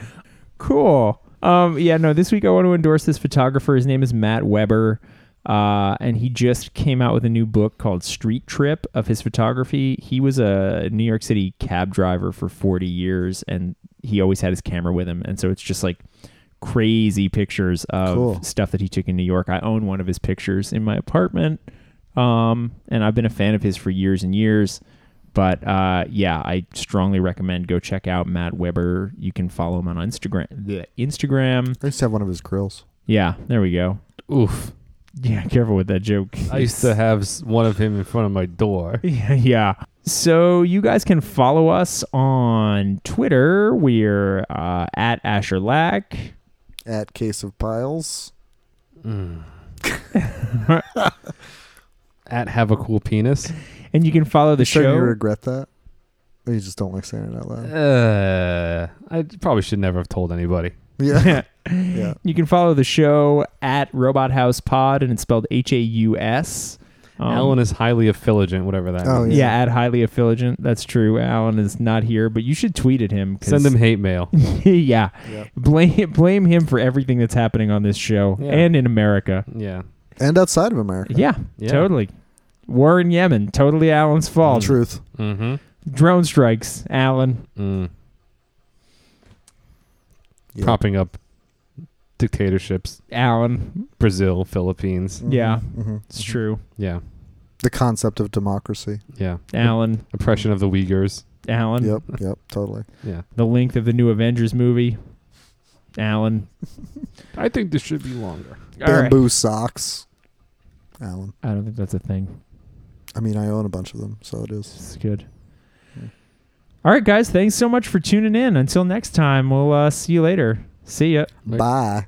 cool. Um, yeah, no, this week I want to endorse this photographer. His name is Matt Weber. Uh, and he just came out with a new book called Street Trip of his photography. He was a New York City cab driver for 40 years and he always had his camera with him. And so it's just like crazy pictures of
Cool.
stuff that he took in New York. I own one of his pictures in my apartment. Um, and I've been a fan of his for years and years. But uh, yeah, I strongly recommend go check out Matt Weber. You can follow him on Instagram. The Instagram.
I used to have one of his grills.
Yeah, there we go.
Oof.
Yeah, careful with that joke.
I used to have s- one of him in front of my door.
Yeah, yeah. So you guys can follow us on Twitter. We're uh, at Asher Lack.
At Case of Piles.
At have a cool penis.
And you can follow the
Sure, you
show.
regret that. Or you just don't like saying it out loud.
Uh, I probably should never have told anybody.
Yeah. yeah.
You can follow the show at Robot House Pod, and it's spelled H A U S. Um,
Alan is highly affiligent, whatever that
Oh,
means.
yeah.
yeah, at highly affiligent. That's true. Alan is not here, but you should tweet at him. 'cause-
Send him hate mail.
yeah.
Yep.
Blame blame him for everything that's happening on this show
Yeah.
and in America.
yeah.
And outside of America.
Yeah,
Yeah.
totally. War in Yemen, totally Alan's fault.
Truth.
Mm-hmm.
Drone strikes, Alan.
Mm.
Yeah.
Propping up dictatorships,
Alan.
Brazil, Philippines.
Yeah,
hmm
it's
Mm-hmm.
true.
Yeah.
The concept of democracy.
Yeah.
Alan.
Oppression of the Uyghurs.
Alan.
Yep. Yep. Totally.
Yeah.
The length of the new Avengers movie. Alan.
I think this should be longer.
All right.
Bamboo socks. Alan.
I don't think that's a thing.
I mean, I own a bunch of them, so it is.
It's good. All right, guys. Thanks so much for tuning in. Until next time, we'll uh, see you later. See ya.
Like-
Bye.